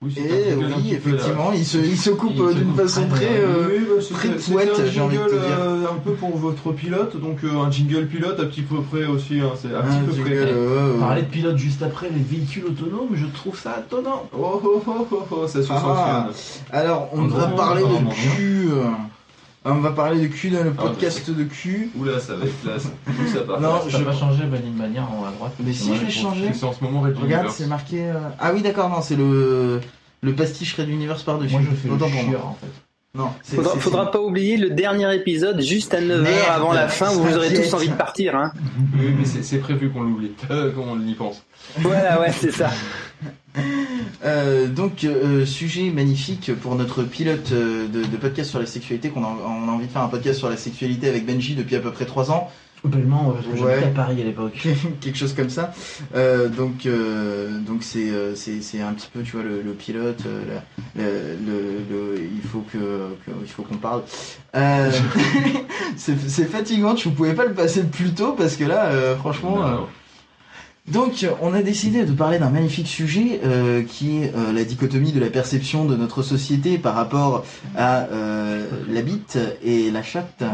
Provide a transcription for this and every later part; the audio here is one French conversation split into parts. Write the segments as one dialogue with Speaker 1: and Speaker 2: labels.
Speaker 1: coup, c'est
Speaker 2: Et
Speaker 1: un truc un
Speaker 2: oui,
Speaker 1: petit peu, là.
Speaker 2: effectivement, il se, il se coupe
Speaker 1: Il
Speaker 2: euh,
Speaker 1: se
Speaker 2: d'une
Speaker 1: coupe
Speaker 2: façon
Speaker 1: très,
Speaker 2: très. euh,
Speaker 3: Oui, bah, c'était-
Speaker 2: très
Speaker 3: c'était
Speaker 2: poète,
Speaker 3: un
Speaker 2: j'ai envie de te
Speaker 3: jingle,
Speaker 2: dire.
Speaker 3: euh, un peu pour votre pilote, donc euh, un jingle pilote à petit peu près aussi, hein, c'est à petit
Speaker 2: hein,
Speaker 3: peu
Speaker 2: du-
Speaker 3: près.
Speaker 2: euh, ouais, ouais.
Speaker 1: Parler de pilote juste après les véhicules autonomes, je trouve ça étonnant.
Speaker 3: Oh oh oh oh oh, ça se
Speaker 2: Ah.
Speaker 3: sanctionne.
Speaker 2: Alors, on
Speaker 1: En
Speaker 2: va
Speaker 1: gros,
Speaker 2: parler
Speaker 1: en
Speaker 2: de
Speaker 1: gros.
Speaker 2: cul. euh, On va parler de cul dans le
Speaker 1: bah,
Speaker 3: Ah,
Speaker 2: podcast de cul.
Speaker 3: Oula, ça va être classe. Tout ça part.
Speaker 2: Non,
Speaker 1: Ça
Speaker 2: je-
Speaker 1: n'a pas changé Vanille Manière en haut à droite.
Speaker 2: Mais si,
Speaker 1: Ouais,
Speaker 2: je l'ai
Speaker 1: je
Speaker 2: changé.
Speaker 3: C'est c'est en ce moment hein. Red
Speaker 2: Regarde,
Speaker 3: Universe.
Speaker 2: c'est marqué. euh, Ah oui, d'accord, non, c'est le. Le pastiche Red Universe par-dessus.
Speaker 1: Moi, je fais le
Speaker 2: Autant pour
Speaker 1: chieur
Speaker 2: moi.
Speaker 1: en fait.
Speaker 2: Non, c'est-
Speaker 4: Faudra,
Speaker 2: c'est-
Speaker 4: faudra pas oublier le dernier épisode juste à 9h
Speaker 2: Merde,
Speaker 4: avant la fin où vous aurez tous
Speaker 2: t'inquiète.
Speaker 4: envie de partir. Hein.
Speaker 3: Oui, mais c'est c'est prévu qu'on l'oublie, euh, qu'on y pense.
Speaker 4: Voilà, ouais, c'est ça.
Speaker 2: Euh, donc, euh, sujet magnifique pour notre pilote euh, de, de podcast sur la sexualité. Qu'on a, on a envie de faire un podcast sur la sexualité avec Benji depuis à peu près 3 ans.
Speaker 1: Bellement, parce que
Speaker 2: Ouais.
Speaker 1: j'étais à Paris à l'époque.
Speaker 2: quelque chose comme ça. Euh, donc, euh, donc c'est, euh, c'est, c'est un petit peu, tu vois, le, le pilote. euh, la- la- le, le- il faut que, que- il faut qu'on parle. Euh, c'est, c'est fatigant. Tu pouvais pas le passer plus tôt parce que là, euh, franchement. euh,
Speaker 3: Non.
Speaker 2: donc, on a décidé de parler d'un magnifique sujet euh, qui est euh, la dichotomie de la perception de notre société par rapport à euh, la bite et la chatte,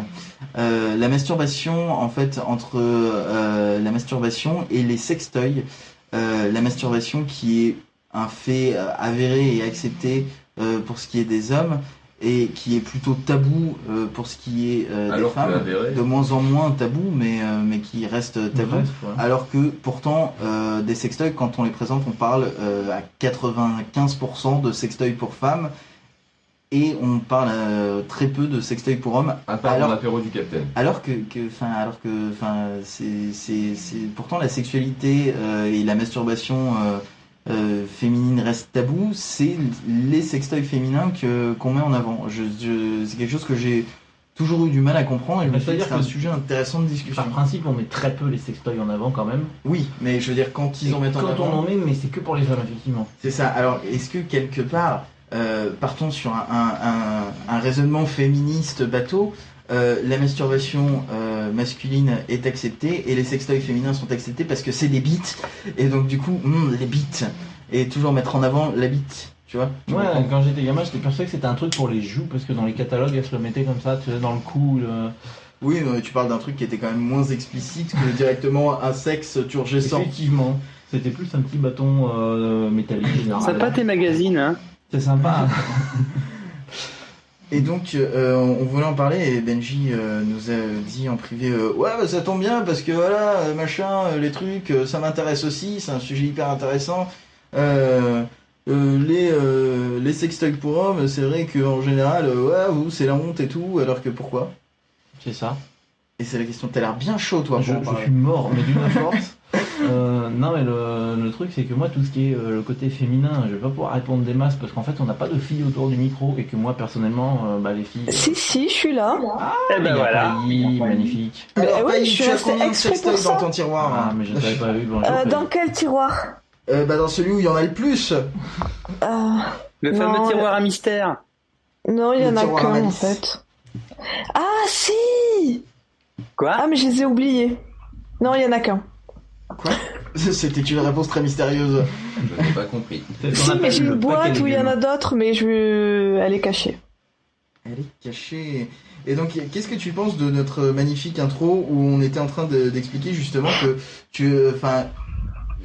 Speaker 2: Euh, la masturbation en fait entre euh, la masturbation et les sextoys, Euh, la masturbation qui est un fait euh, avéré et accepté euh, pour ce qui est des hommes et qui est plutôt tabou euh, pour ce qui est euh, des
Speaker 3: Alors que
Speaker 2: femmes,
Speaker 3: l'avéré-
Speaker 2: de moins en moins tabou, mais euh, mais qui reste tabou.
Speaker 1: Bref, quoi.
Speaker 2: Alors que pourtant, euh, des sextoys, quand on les présente, on parle euh, à 95% de sextoys pour femmes et on parle euh, très peu de sextoys pour hommes.
Speaker 3: À part
Speaker 2: Alors-
Speaker 3: mon apéro du capitaine.
Speaker 2: Alors que, que- 'fin, alors que, 'fin, c'est, c'est, c'est- pourtant la sexualité euh, et la masturbation euh, euh, féminine restent tabous. C'est les sextoys féminins que qu'on met en avant. Je, je- c'est quelque chose que j'ai toujours eu du mal à comprendre et je me
Speaker 1: Bah,
Speaker 2: suis dit
Speaker 1: c'est-à-dire
Speaker 2: que c'était un
Speaker 1: que-
Speaker 2: sujet intéressant de discussion.
Speaker 1: Par principe, on met très peu les sextoys en avant quand même.
Speaker 2: Oui, mais je veux dire quand ils en mettent en
Speaker 1: Quand
Speaker 2: avant.
Speaker 1: on en met, mais c'est que pour les femmes, effectivement.
Speaker 2: C'est ça. Alors, est-ce que quelque part, euh, partons sur un, un- un- un raisonnement féministe bateau, euh, la masturbation euh, masculine est acceptée et les sextoys féminins sont acceptés parce que c'est des bites. Et donc, du coup, hum, les bites. Et toujours mettre en avant la bite, tu vois Tu
Speaker 1: Ouais,
Speaker 2: comprends
Speaker 1: quand j'étais gamin, j'étais persuadé que c'était un truc pour les joues, parce que dans les catalogues, elles se le mettaient comme ça, tu sais, dans le cou. le-
Speaker 2: Oui, mais tu parles d'un truc qui était quand même moins explicite que directement un sexe turgescent.
Speaker 1: Effectivement, c'était plus un petit bâton euh, métallique. généralement.
Speaker 4: Sympa tes magazines. Hein.
Speaker 1: C'est sympa.
Speaker 2: Et donc, euh, on voulait en parler et Benji euh, nous a dit en privé euh, Ouais, bah, ça tombe bien parce que voilà, euh, machin, euh, les trucs, euh, ça m'intéresse aussi, c'est un sujet hyper intéressant. Euh, euh, les, euh, les sextoys pour hommes, c'est vrai qu'en général, euh, ouais, vous, c'est la honte et tout, alors que pourquoi
Speaker 1: C'est ça.
Speaker 2: Et c'est la question, t'as l'air bien chaud toi,
Speaker 1: Je,
Speaker 2: pour en
Speaker 1: je
Speaker 2: parler.
Speaker 1: suis mort, mais d'une force. Euh, non, mais le, le truc, c'est que moi, tout ce qui est euh, le côté féminin, je vais pas pouvoir répondre des masses parce qu'en fait, on n'a pas de filles autour du micro et que moi, personnellement, euh, bah, les filles. euh,
Speaker 5: Si, si, je suis là.
Speaker 4: Eh ben
Speaker 1: Il y a
Speaker 4: voilà.
Speaker 1: Pailly, magnifique.
Speaker 5: Mais
Speaker 2: Alors,
Speaker 5: ouais,
Speaker 2: Paille,
Speaker 5: je suis
Speaker 2: tu as
Speaker 5: restée
Speaker 2: combien de
Speaker 5: exprès pour
Speaker 2: sextoys dans
Speaker 5: ça.
Speaker 2: ton tiroir
Speaker 1: Ah,
Speaker 2: hein
Speaker 1: mais je t'avais pas vu. Bonjour.
Speaker 5: Euh, dans quel tiroir
Speaker 2: Euh, bah, Dans celui où il y en a le plus
Speaker 5: Euh,
Speaker 4: Le fameux
Speaker 5: Non,
Speaker 4: tiroir à mystère.
Speaker 5: Non, il y
Speaker 2: Le
Speaker 5: en a
Speaker 2: tiroir à
Speaker 5: qu'un en
Speaker 2: malice.
Speaker 5: fait. Ah si
Speaker 4: Quoi
Speaker 5: Ah mais je les ai oubliés. Non, il y en a qu'un.
Speaker 2: C'était une réponse très mystérieuse.
Speaker 3: Je n'ai pas compris.
Speaker 1: Peut-être qu'on
Speaker 5: Si,
Speaker 1: appelle
Speaker 5: mais j'ai
Speaker 1: le
Speaker 5: une boîte
Speaker 1: paquet
Speaker 5: où il y en a
Speaker 1: légumes.
Speaker 5: d'autres, mais je... elle est cachée.
Speaker 2: Elle est cachée. Et donc, qu'est-ce que tu penses de notre magnifique intro où on était en train de- d'expliquer justement que tu, enfin,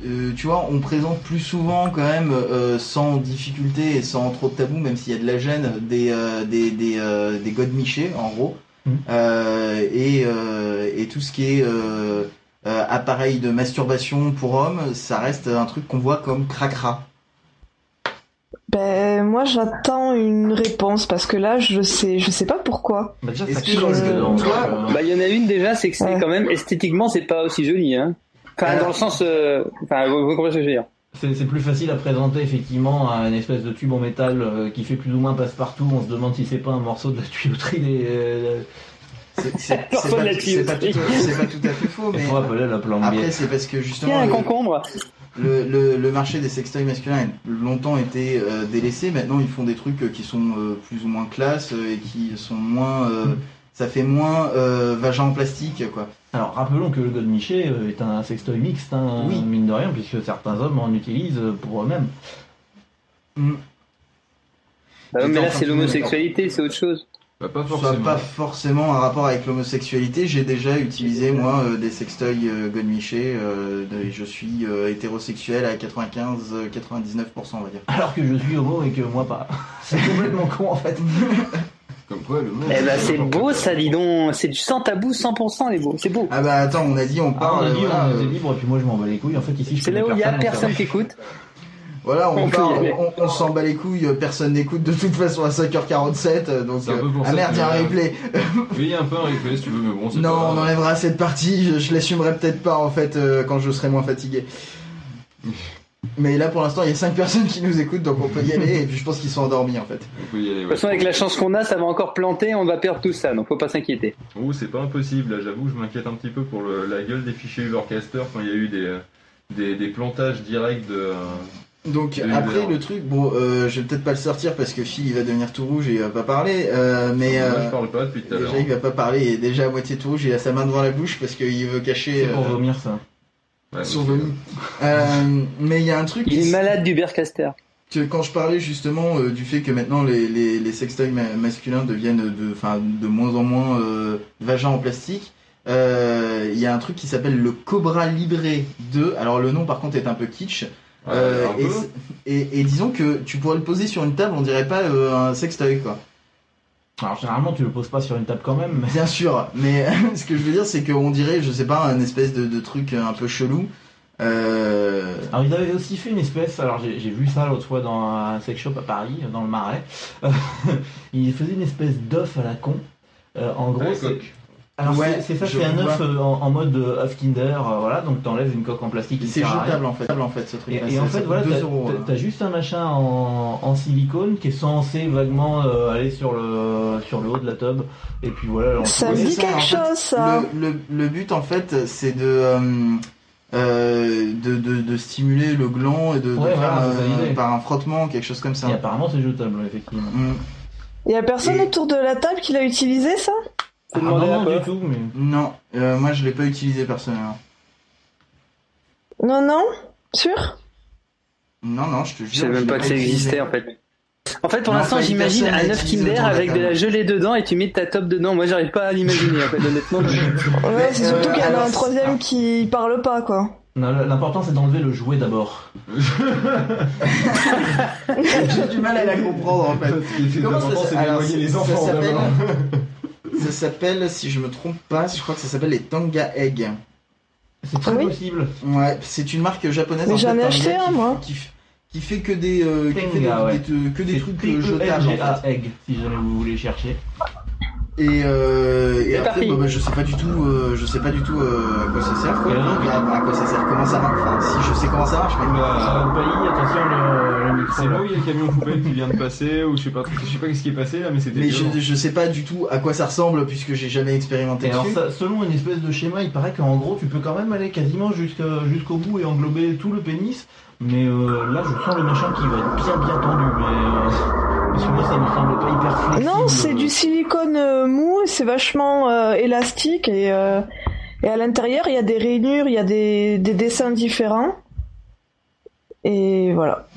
Speaker 2: euh, tu vois, on présente plus souvent quand même euh, sans difficulté et sans trop de tabou, même s'il y a de la gêne, des euh, des des euh, des godemichés, en gros,
Speaker 1: Mhm.
Speaker 2: Euh, et euh, et tout ce qui est euh, euh, appareil de masturbation pour hommes, ça reste un truc qu'on voit comme cracra.
Speaker 5: Ben moi j'attends une réponse parce que là je sais je sais pas pourquoi.
Speaker 1: Bah, déjà,
Speaker 2: Est-ce
Speaker 1: ça
Speaker 2: que
Speaker 1: crie
Speaker 5: dans le-
Speaker 1: dedans, donc,
Speaker 2: toi-
Speaker 1: euh,
Speaker 4: Bah, il y en a une déjà, c'est que c'est
Speaker 5: Ouais.
Speaker 4: quand même esthétiquement, c'est pas aussi joli. Hein. Enfin,
Speaker 2: Euh.
Speaker 4: dans le sens. euh, Enfin, vous, vous comprenez ce que je veux dire.
Speaker 1: C'est c'est plus facile à présenter effectivement à une espèce de tube en métal euh, qui fait plus ou moins passe-partout. On se demande si c'est pas un morceau de la tuyauterie des. euh,
Speaker 2: C'est- C'est
Speaker 4: Personne
Speaker 2: c'est pas,
Speaker 4: l'a
Speaker 2: c'est pas
Speaker 4: dit.
Speaker 2: tout à- c'est pas tout à fait faux,
Speaker 1: Il
Speaker 2: mais
Speaker 1: faut appeler la plombier.
Speaker 2: Après, c'est parce que
Speaker 4: Il y a
Speaker 2: justement,
Speaker 4: un
Speaker 2: le,
Speaker 4: concombre.
Speaker 2: le, le- le marché des sextoys masculins a longtemps été euh, délaissé. Maintenant, ils font des trucs euh, qui sont euh, plus ou moins classe euh, et qui sont moins. euh, ça fait moins euh, vagin en plastique, quoi.
Speaker 1: Alors rappelons que le God Miché euh, est un sextoy mixte, hein,
Speaker 2: Oui.
Speaker 1: mine de rien, puisque certains hommes en utilisent euh, pour eux-mêmes.
Speaker 4: Bah,
Speaker 2: J'étais
Speaker 4: mais
Speaker 2: en
Speaker 4: là,
Speaker 2: train
Speaker 4: c'est
Speaker 2: de tourner,
Speaker 4: l'homosexualité, c'est autre chose.
Speaker 3: Bah, pas
Speaker 2: Ça n'a
Speaker 3: forcément.
Speaker 2: pas forcément un rapport avec l'homosexualité. J'ai déjà utilisé, moi, euh, des sextoys euh, godemichés. euh, de- je suis euh, hétérosexuel à euh, 95-99%, on va dire.
Speaker 1: Alors que je suis homo et que moi pas. C'est complètement con en fait.
Speaker 3: Comme quoi, le monde.
Speaker 4: Eh ben, c'est beau, ça, dis donc. C'est du sans tabou, 100%, les beaux. C'est beau.
Speaker 2: Ah bah attends, on a dit on
Speaker 1: Ah, on
Speaker 2: parle.
Speaker 1: a dit,
Speaker 2: voilà,
Speaker 1: on
Speaker 2: euh,
Speaker 1: est libre, et puis moi je m'en bats les couilles. En fait, ici, je
Speaker 4: C'est là où
Speaker 1: connais
Speaker 4: il y a
Speaker 1: donc ça
Speaker 4: personne
Speaker 1: va.
Speaker 4: qui écoute.
Speaker 2: Voilà, on,
Speaker 4: On peut y
Speaker 2: parle,
Speaker 4: aller.
Speaker 2: on, on s'en bat les couilles, euh, personne n'écoute de toute façon à 5h47, euh, donc...
Speaker 3: C'est un
Speaker 2: euh,
Speaker 3: peu pour
Speaker 2: ah
Speaker 3: ça
Speaker 2: merde,
Speaker 3: que-
Speaker 2: il y a un replay
Speaker 3: Oui, il y a un peu un replay si tu veux, mais bon, c'est
Speaker 2: Non,
Speaker 3: pas-
Speaker 2: on enlèvera cette partie, je, je l'assumerai peut-être pas en fait euh, quand je serai moins fatigué. Mais là pour l'instant il y a 5 personnes qui nous écoutent donc on peut y aller et puis je pense qu'ils sont endormis en fait.
Speaker 3: On peut y aller,
Speaker 4: De toute façon,
Speaker 3: ouais.
Speaker 4: avec la chance qu'on a, ça va encore planter, on va perdre tout ça, donc faut pas s'inquiéter.
Speaker 3: Ouh, c'est pas impossible, là, j'avoue, je m'inquiète un petit peu pour le- la gueule des fichiers Ubercaster quand il y a eu des, euh, des, des plantages directs de.
Speaker 2: Donc
Speaker 3: Oui,
Speaker 2: après
Speaker 3: alors.
Speaker 2: le truc, bon euh, je vais peut-être pas le sortir parce que Phil il va devenir tout rouge et il va pas parler, euh, mais...
Speaker 3: Moi,
Speaker 2: euh,
Speaker 3: je parle pas depuis tout à l'heure.
Speaker 2: Déjà, il va pas parler, il est déjà à moitié tout rouge, il a sa main devant la bouche parce qu'il veut cacher
Speaker 1: C'est pour
Speaker 2: euh,
Speaker 1: vomir ça.
Speaker 3: Ouais,
Speaker 2: son
Speaker 3: donc, euh,
Speaker 2: vomi. Euh, mais il y a un truc
Speaker 4: Il est
Speaker 2: qui-
Speaker 4: malade du Bercaster.
Speaker 2: que quand je parlais justement euh, du fait que maintenant les, les, les sextoys ma- masculins deviennent de, enfin, de moins en moins euh, vagins en plastique, euh, il y a un truc qui s'appelle le Cobra Libré 2. Alors le nom par contre est un peu kitsch.
Speaker 3: ouais,
Speaker 2: Euh,
Speaker 3: un
Speaker 2: et,
Speaker 3: peu.
Speaker 2: c'est- et, et disons que tu pourrais le poser sur une table, on dirait pas euh, un sextoy quoi.
Speaker 1: Alors généralement, tu le poses pas sur une table quand même, mais
Speaker 2: Bien sûr, mais ce que je veux dire c'est qu'on dirait, je sais pas, un espèce de, de truc un peu chelou. Euh,
Speaker 1: Alors ils avaient aussi fait une espèce, alors j'ai j'ai vu ça l'autre fois dans un sex shop à Paris, dans le Marais. Euh, ils faisaient une espèce d'œuf à la con. Euh, en gros,
Speaker 3: Ouais,
Speaker 1: c'est-
Speaker 3: coque.
Speaker 1: alors
Speaker 2: Ouais,
Speaker 1: c'est- c'est ça,
Speaker 2: je
Speaker 1: c'est un
Speaker 2: vois.
Speaker 1: œuf euh, en, en mode euh, œuf Kinder, euh, voilà, donc t'enlèves une coque en plastique. qui
Speaker 2: c'est
Speaker 1: sert à rien.
Speaker 2: jetable en fait, jetable, en fait ce truc.
Speaker 1: Et, et en fait, voilà, t'as
Speaker 2: hein.
Speaker 1: t'as- t'as juste un machin en, en silicone qui est censé vaguement euh, aller sur le sur le haut de la tube. Et puis voilà. alors,
Speaker 5: Ça me
Speaker 1: ouais.
Speaker 5: dit
Speaker 2: ça,
Speaker 5: quelque
Speaker 2: en fait,
Speaker 5: chose, ça.
Speaker 2: Le, le- le but en fait c'est de, euh, euh, de, de, de stimuler le gland et de, de
Speaker 1: Ouais,
Speaker 2: faire
Speaker 1: voilà, c'est ça
Speaker 2: euh,
Speaker 1: l'idée.
Speaker 2: par un frottement, quelque chose comme ça.
Speaker 1: Et apparemment, c'est jetable, effectivement.
Speaker 2: Mm.
Speaker 5: Il y a personne
Speaker 2: Et-
Speaker 5: autour de la table qui l'a utilisé, ça
Speaker 1: Ah,
Speaker 4: Faut demander à
Speaker 1: non, non,
Speaker 4: Bob.
Speaker 1: du tout, mais.
Speaker 2: Non, euh, moi je l'ai pas utilisé personnellement.
Speaker 5: Non, non Sûr
Speaker 2: Non, non, je te jure.
Speaker 4: Je savais
Speaker 2: je l'ai
Speaker 4: même pas que ça
Speaker 2: utilisé.
Speaker 4: existait en fait. En fait, pour
Speaker 2: Non,
Speaker 4: l'instant,
Speaker 2: enfin,
Speaker 4: j'imagine
Speaker 2: personne
Speaker 4: un
Speaker 2: n'a
Speaker 4: œuf
Speaker 2: utilisé
Speaker 4: Kinder
Speaker 2: autant de
Speaker 4: avec de la
Speaker 2: table.
Speaker 4: gelée dedans et tu mets ta top dedans. Moi, j'arrive pas à l'imaginer en fait, honnêtement.
Speaker 5: Ouais, c'est
Speaker 2: euh,
Speaker 5: surtout qu'il y en a
Speaker 2: alors,
Speaker 5: un troisième qui parle pas, quoi.
Speaker 1: Non, le- L'important, c'est d'enlever le jouet d'abord.
Speaker 2: J'ai du mal à la comprendre en fait.
Speaker 3: Ce qui était
Speaker 2: Comment
Speaker 3: important,
Speaker 2: ça
Speaker 3: c'est
Speaker 2: s'appelle Alors,
Speaker 3: d'éloigner les
Speaker 2: ça
Speaker 3: enfants
Speaker 2: s'appelle-
Speaker 3: d'abord.
Speaker 2: Ça s'appelle, si je me trompe pas, je crois que ça s'appelle les Tanga Egg.
Speaker 1: C'est très
Speaker 5: Ah oui
Speaker 1: possible.
Speaker 2: Ouais, c'est une marque japonaise.
Speaker 5: Mais
Speaker 2: en fait,
Speaker 5: j'en ai
Speaker 2: Tanga,
Speaker 5: acheté un,
Speaker 2: qui-
Speaker 5: moi.
Speaker 2: Qui, f- qui fait que des, euh, qui fait des,
Speaker 1: Tanga, ah ouais.
Speaker 2: des- que des
Speaker 1: C'est
Speaker 2: trucs euh,
Speaker 1: triple
Speaker 2: jetables. en fait.
Speaker 1: LGA egg, si jamais vous voulez chercher.
Speaker 2: Et, euh, et
Speaker 4: C'est
Speaker 2: après,
Speaker 4: parti.
Speaker 2: bah, bah, je sais pas du tout, euh, je sais pas du tout euh, à quoi ça sert, quoi.
Speaker 1: Et alors
Speaker 2: Enfin, à, quoi ça sert, comment ça marche. Enfin, si je sais comment ça marche, mais
Speaker 1: Ça va Ah,
Speaker 3: Bah,
Speaker 1: pas y, attention, le, le
Speaker 3: C'est
Speaker 1: mixeur.
Speaker 3: là où il y a le camion poubelle qui vient de passer, ou je sais pas, je sais pas qu'est-ce qui est passé là, mais c'était.
Speaker 2: mais
Speaker 3: violent.
Speaker 2: je, je sais pas du tout à quoi ça ressemble puisque j'ai jamais expérimenté
Speaker 1: Et alors,
Speaker 2: dessus.
Speaker 1: ça, selon une espèce de schéma, il paraît qu'en gros, tu peux quand même aller quasiment jusqu'à- jusqu'au bout et englober tout le pénis. Mais euh, là, je sens le machin qui va être bien bien tendu. Mais euh, parce que moi, ça me semble pas hyper flexible.
Speaker 5: Non, c'est du silicone euh, mou, c'est vachement euh, élastique et, euh, et à l'intérieur il y a des rainures, il y a des, des dessins différents. Et voilà.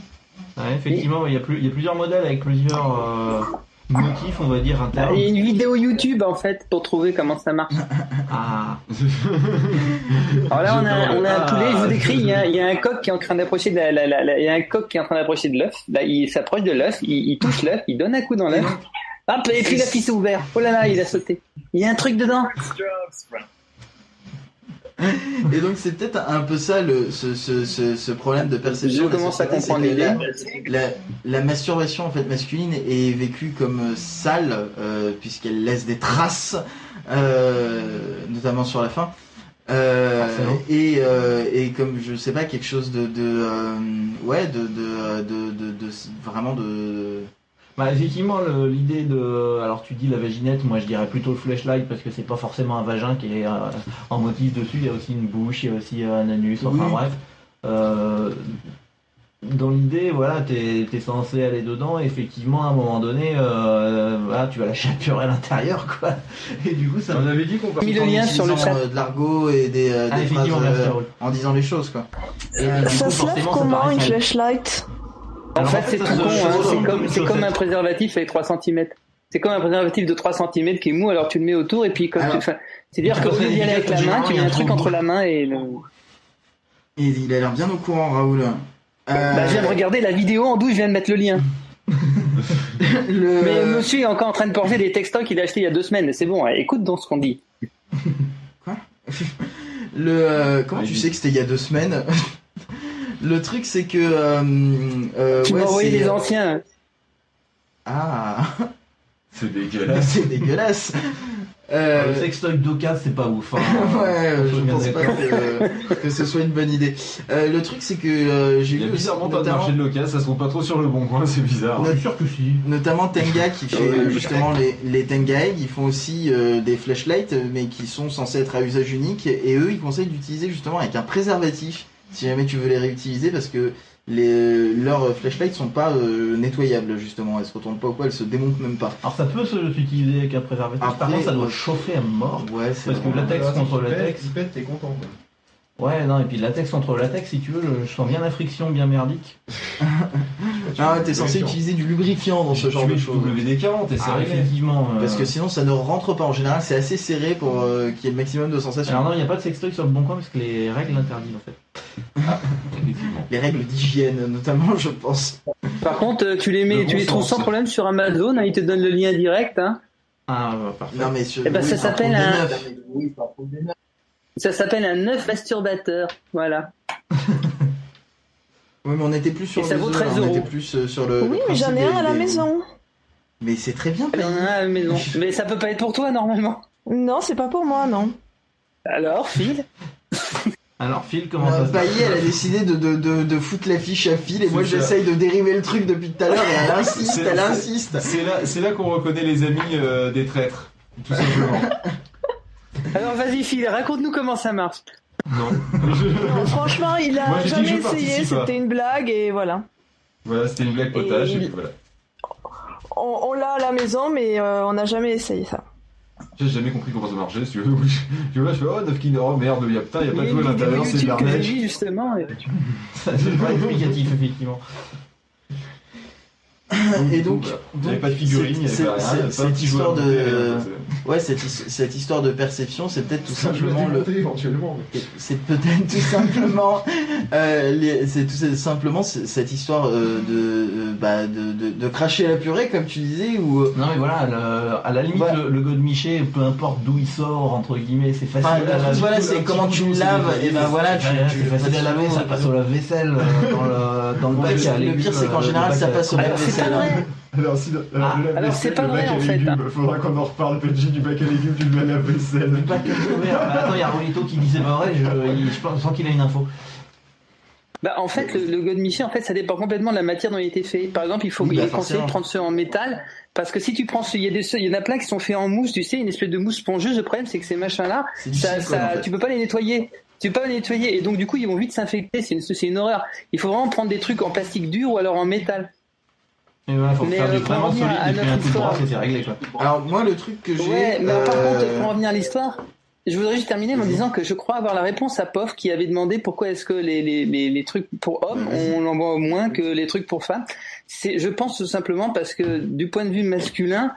Speaker 1: Ouais, effectivement, il y, a plus- il y a plusieurs modèles avec plusieurs euh, motifs, on va dire,
Speaker 2: Bah,
Speaker 1: internes.
Speaker 5: Bah,
Speaker 4: Il y a une vidéo YouTube en fait pour trouver comment ça marche.
Speaker 1: Ah,
Speaker 4: Alors là, on a, on a un
Speaker 1: Ah.
Speaker 4: poulet, je vous décris, il y, a, il y a un coq qui est en train d'approcher de la- la- la- la- il y a un coq qui est en train d'approcher de l'œuf. Là, il s'approche de l'œuf, il, il touche l'œuf, il donne un coup dans l'œuf. Hop, et puis l'œuf il s'est ouvert. Oh là là, il a sauté. Il y a un truc dedans.
Speaker 2: Et donc c'est peut-être un peu ça le, ce, ce, ce, ce problème de perception.
Speaker 4: Je
Speaker 2: de la
Speaker 4: commence à
Speaker 2: société,
Speaker 4: comprendre
Speaker 2: c'est que
Speaker 4: l'idée.
Speaker 2: La, la- la masturbation en fait masculine est vécue comme euh, sale euh, puisqu'elle laisse des traces, euh, notamment sur la fin. Euh,
Speaker 1: Forcément.
Speaker 2: et, euh, et comme je sais pas quelque chose de, de euh, ouais de de, de, de, de- vraiment de
Speaker 1: Bah effectivement le- l'idée de alors tu dis la vaginette moi je dirais plutôt le flashlight parce que c'est pas forcément un vagin qui est euh, en motif dessus il y a aussi une bouche il y a aussi euh, un anus enfin
Speaker 2: Oui.
Speaker 1: bref Euh, dans l'idée voilà t'es es censé aller dedans et effectivement à un moment donné euh, voilà, tu vas la chapurer à l'intérieur quoi et du coup ça
Speaker 2: Ah,
Speaker 3: On avait dit qu'on parlait.
Speaker 4: Mis le
Speaker 2: en
Speaker 4: lien sur le
Speaker 2: utilisant,
Speaker 4: chat.
Speaker 2: euh, de l'argot et des, euh,
Speaker 1: Ah,
Speaker 2: des phrases
Speaker 1: effectivement
Speaker 2: euh,
Speaker 1: merci Raoul.
Speaker 2: en disant les choses quoi.
Speaker 1: Et, euh, du
Speaker 5: ça
Speaker 1: coup,
Speaker 5: se lave
Speaker 1: forcément, ça
Speaker 5: comment
Speaker 1: paraît
Speaker 5: une
Speaker 1: sale.
Speaker 5: flashlight
Speaker 4: En
Speaker 1: Alors,
Speaker 4: fait, c'est
Speaker 1: ça
Speaker 4: tout
Speaker 1: se
Speaker 4: con,
Speaker 1: chevauche
Speaker 4: hein, c'est
Speaker 1: comme
Speaker 4: comme,
Speaker 1: une
Speaker 4: c'est comme un
Speaker 1: chaussette.
Speaker 4: préservatif avec 3 cm. C'est comme un préservatif de 3 cm qui est mou, alors tu le mets autour et puis comme
Speaker 2: Alors,
Speaker 4: tu. enfin, C'est-à-dire qu'au lieu d'y aller avec la main, tu mets un truc entre la main et le.
Speaker 2: Et il a l'air bien au courant, Raoul. Euh,
Speaker 4: Bah, je viens de regarder la vidéo en douce, je viens de mettre le lien.
Speaker 2: le-
Speaker 4: Mais euh, monsieur est encore en train de porter des textos qu'il a acheté il y a deux semaines, c'est bon, hein, écoute donc ce qu'on dit.
Speaker 2: Le, euh, comment
Speaker 3: Ah,
Speaker 2: tu
Speaker 3: il-
Speaker 2: sais que c'était il y a deux semaines Le truc, c'est que. euh, euh,
Speaker 4: Tu
Speaker 2: ouais,
Speaker 4: m'as envoyé
Speaker 2: c'est-
Speaker 4: des anciens. hein.
Speaker 2: Ah,
Speaker 3: C'est dégueulasse.
Speaker 2: c'est dégueulasse. Euh,
Speaker 3: Bah,
Speaker 1: Le sextoy d'Oka, c'est pas ouf. hein.
Speaker 2: ouais,
Speaker 1: On se
Speaker 2: je
Speaker 1: met
Speaker 2: pense
Speaker 1: d'accord.
Speaker 2: pas que, que ce soit une bonne idée. Euh, le truc, c'est que euh, j'ai
Speaker 3: Il y a
Speaker 2: vu aussi
Speaker 3: bizarrement pas de
Speaker 2: notamment-
Speaker 3: marché de l'occasion, ça se trouve pas trop sur le bon coin, c'est bizarre.
Speaker 1: Je suis sûr que si.
Speaker 2: Notamment Tenga qui fait euh, justement les, les Tengaeg, ils font aussi euh, des flashlights euh, mais qui sont censés être à usage unique et eux ils conseillent d'utiliser justement avec un préservatif si jamais tu veux les réutiliser parce que les, leurs flashlights sont pas euh, nettoyables justement, elles se retournent pas ou quoi, elles se démontent même pas.
Speaker 1: Alors ça peut se- s'utiliser avec un préservatif. Par
Speaker 2: Après, euh,
Speaker 1: contre, ça doit
Speaker 2: ouais.
Speaker 1: chauffer à mort.
Speaker 2: Ouais, c'est
Speaker 1: Parce que là-
Speaker 2: vrai.
Speaker 1: Latex contre latex.
Speaker 6: Il pète, t'es content. quoi.
Speaker 1: Ouais, non, et puis le latex contre le latex, si tu veux, le- je sens bien la friction bien merdique.
Speaker 2: Ah ouais, t'es censé utiliser du lubrifiant dans ce genre de choses.
Speaker 3: WD-40 et c'est
Speaker 1: Ah,
Speaker 3: réglé.
Speaker 1: effectivement. euh,
Speaker 2: Parce que sinon ça ne rentre pas en général, c'est assez serré pour euh, qu'il y ait le maximum de sensations.
Speaker 1: Alors non, il n'y a pas de sextoy sur le bon coin parce que les règles l'interdisent en fait.
Speaker 2: Ah,
Speaker 3: Effectivement.
Speaker 2: Les règles d'hygiène notamment je pense.
Speaker 4: Par contre, euh, tu les mets,
Speaker 3: Le
Speaker 4: tu
Speaker 3: bon
Speaker 4: les trouves
Speaker 3: sens.
Speaker 4: sans problème sur Amazon, hein, ils te donnent le lien direct. Hein.
Speaker 1: Ah, bah, parfait.
Speaker 2: Non mais sur
Speaker 4: Eh ben,
Speaker 2: oui,
Speaker 4: ça
Speaker 2: c'est un
Speaker 4: s'appelle
Speaker 2: produit
Speaker 4: un-
Speaker 2: neuf.
Speaker 4: Ça s'appelle un œuf masturbateur. Voilà.
Speaker 2: Oui, mais on était plus sur
Speaker 4: Et ça
Speaker 2: le zoo,
Speaker 4: vaut 13
Speaker 2: là, on
Speaker 4: euros.
Speaker 2: était plus euh, sur le. le
Speaker 5: Oui, mais
Speaker 2: principe
Speaker 5: j'en ai un
Speaker 2: des-
Speaker 5: à la
Speaker 2: des-
Speaker 5: maison.
Speaker 2: Mais c'est très bien.
Speaker 4: Elle en a un à la maison. Mais ça peut pas être pour toi normalement.
Speaker 5: Non, c'est pas pour moi, non.
Speaker 4: Alors, Phil
Speaker 1: Alors Phil, comment ça
Speaker 2: Euh,
Speaker 1: se
Speaker 2: Paillet, elle a
Speaker 1: passe
Speaker 2: décidé de, de, de, de foutre l'affiche à fil et moi
Speaker 3: C'est ça.
Speaker 2: j'essaye de dériver le truc depuis tout à l'heure et elle insiste,
Speaker 3: C'est-
Speaker 2: elle
Speaker 3: c'est-
Speaker 2: insiste.
Speaker 3: C'est là, c'est là qu'on reconnaît les amis euh, des traîtres, tout simplement.
Speaker 4: Alors vas-y Phil, raconte-nous comment ça marche.
Speaker 3: non.
Speaker 5: Non, franchement, il a
Speaker 3: Moi, j'ai dit,
Speaker 5: jamais
Speaker 3: je
Speaker 5: essayé,
Speaker 3: participe pas.
Speaker 5: c'était une blague et voilà.
Speaker 3: Voilà, c'était une blague potage.
Speaker 5: Et
Speaker 3: et
Speaker 5: il-
Speaker 3: puis voilà.
Speaker 5: On, on l'a à la maison, mais euh, on n'a jamais essayé ça.
Speaker 3: J'ai jamais compris comment ça marchait, si tu veux. Tu vois, je fais, oh, 9 kinder, oh merde, y a, putain, y a pas de
Speaker 4: Il
Speaker 3: jeu à
Speaker 4: y a une vidéo
Speaker 3: l'intérieur, c'est de
Speaker 4: YouTube que j'ai
Speaker 3: l'arnaque.
Speaker 4: vue, justement. et-
Speaker 1: Ça, C'est pas explicatif effectivement.
Speaker 2: Et donc,
Speaker 3: Il y avait
Speaker 2: donc,
Speaker 3: pas de figurine, il y
Speaker 2: c'est-
Speaker 3: avait pas rien, il y avait
Speaker 2: c'est-
Speaker 3: pas de
Speaker 2: cette
Speaker 3: petit joueur
Speaker 2: histoire
Speaker 3: monté,
Speaker 2: de,
Speaker 3: euh, c'est-
Speaker 2: ouais, cette, his- cette histoire de perception, c'est peut-être tout
Speaker 6: Ça, je l'ai
Speaker 2: simplement le,
Speaker 6: démonté éventuellement. mais-
Speaker 2: c'est peut-être tout simplement, euh, les- c'est tout simplement c- cette histoire euh, de, euh, bah, de, de, de cracher la purée comme tu disais ou euh,
Speaker 1: Non mais voilà, le- à la limite,
Speaker 2: Ouais.
Speaker 1: le, le god Miché, peu importe d'où il sort, entre guillemets, c'est facile
Speaker 2: Enfin,
Speaker 1: à
Speaker 2: le
Speaker 1: laver.
Speaker 2: truc, voilà,
Speaker 3: un
Speaker 2: c'est
Speaker 3: petit
Speaker 2: comment
Speaker 3: coup,
Speaker 2: tu
Speaker 3: c'est
Speaker 2: le laves,
Speaker 3: des
Speaker 2: et ben
Speaker 3: valises.
Speaker 2: voilà, tu,
Speaker 1: Ouais,
Speaker 2: tu
Speaker 1: c'est
Speaker 2: le
Speaker 1: facile à
Speaker 2: passes
Speaker 1: laver,
Speaker 2: au-
Speaker 1: ça passe au lave-vaisselle, euh, dans le, dans le
Speaker 2: Le
Speaker 1: bac
Speaker 2: pire,
Speaker 1: à légumes,
Speaker 2: c'est qu'en
Speaker 1: euh,
Speaker 2: général,
Speaker 1: le
Speaker 2: ça
Speaker 1: bac à-
Speaker 2: passe au
Speaker 4: Alors c'est pas
Speaker 2: lave-vaisselle.
Speaker 4: vrai.
Speaker 6: Alors, si le,
Speaker 4: Ah,
Speaker 6: le
Speaker 4: alors, c'est
Speaker 6: lave-vaisselle,
Speaker 4: pas
Speaker 6: le
Speaker 4: vrai,
Speaker 6: bac à
Speaker 4: en fait,
Speaker 6: légumes,
Speaker 4: hein.
Speaker 6: faudra qu'on en reparle, PJ, du bac à légumes, du lave-vaisselle.
Speaker 1: Le bac est ouvert. Bah, Attends, il y a Rolito qui dit c'est pas vrai, je, il- je pense- je sens qu'il a une info.
Speaker 4: Bah, en fait, le, le God Miché, en fait, ça dépend complètement de la matière dont il a été fait. Par exemple, il faut
Speaker 2: Oui,
Speaker 4: il
Speaker 2: bah,
Speaker 4: est conseillé
Speaker 2: forcément.
Speaker 4: de prendre ceux en métal, parce que si tu prends ceux, il y a des ceux- il y en a plein qui sont faits en mousse, tu sais, une espèce de mousse spongeuse. Le problème, c'est que ces machins-là,
Speaker 2: C'est du
Speaker 4: ça,
Speaker 2: silicone,
Speaker 4: ça-
Speaker 2: en fait.
Speaker 4: tu peux pas les nettoyer. Tu peux pas les nettoyer, et donc du coup, ils vont vite s'infecter. C'est une, c'est une horreur. Il faut vraiment prendre des trucs en plastique dur ou alors en métal.
Speaker 1: Et voilà, faut
Speaker 4: Mais,
Speaker 1: faire
Speaker 4: euh,
Speaker 1: du
Speaker 4: pour
Speaker 1: vraiment
Speaker 4: en venir
Speaker 1: solide
Speaker 4: à
Speaker 1: et puis
Speaker 4: notre
Speaker 1: un coup de bras,
Speaker 4: histoire.
Speaker 1: c'est- c'est réglé quoi.
Speaker 2: Alors moi le truc que j'ai...
Speaker 4: Ouais, mais par
Speaker 2: euh,
Speaker 4: contre, pour en venir à l'histoire, je voudrais juste terminer
Speaker 3: Mhm.
Speaker 4: en disant que je crois avoir la réponse à POF qui avait demandé pourquoi est-ce que les, les, les, les trucs pour hommes,
Speaker 3: Mhm.
Speaker 4: on l'envoie moins que les trucs pour femmes. C'est, je pense tout simplement parce que du point de vue masculin,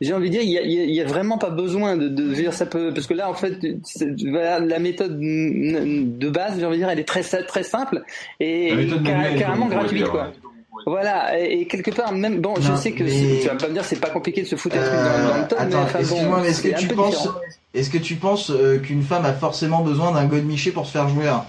Speaker 4: j'ai envie de dire, il y a, il y a- il y a vraiment pas besoin de, de je veux dire ça peut parce que là en fait c'est- voilà, la méthode n- n- de base, j'ai envie de dire, elle est très sa- très simple et
Speaker 3: La méthode
Speaker 4: et carré-
Speaker 3: manuelle,
Speaker 4: carrément
Speaker 3: on pourrait
Speaker 4: gratuite
Speaker 3: dire,
Speaker 4: quoi.
Speaker 3: ouais.
Speaker 4: Voilà et, et quelque part même bon, je
Speaker 2: Non,
Speaker 4: sais que
Speaker 2: mais-
Speaker 4: c'est- tu vas pas me dire c'est pas compliqué de se foutre un truc dans, dans le tome, mais
Speaker 2: attends,
Speaker 4: enfin, bon,
Speaker 2: excuse-moi, mais est-ce
Speaker 4: c'est
Speaker 2: que
Speaker 4: un
Speaker 2: tu
Speaker 4: peu
Speaker 2: penses,
Speaker 4: différent.
Speaker 2: est-ce que tu penses euh, qu'une femme a forcément besoin d'un god miché pour se faire jouer hein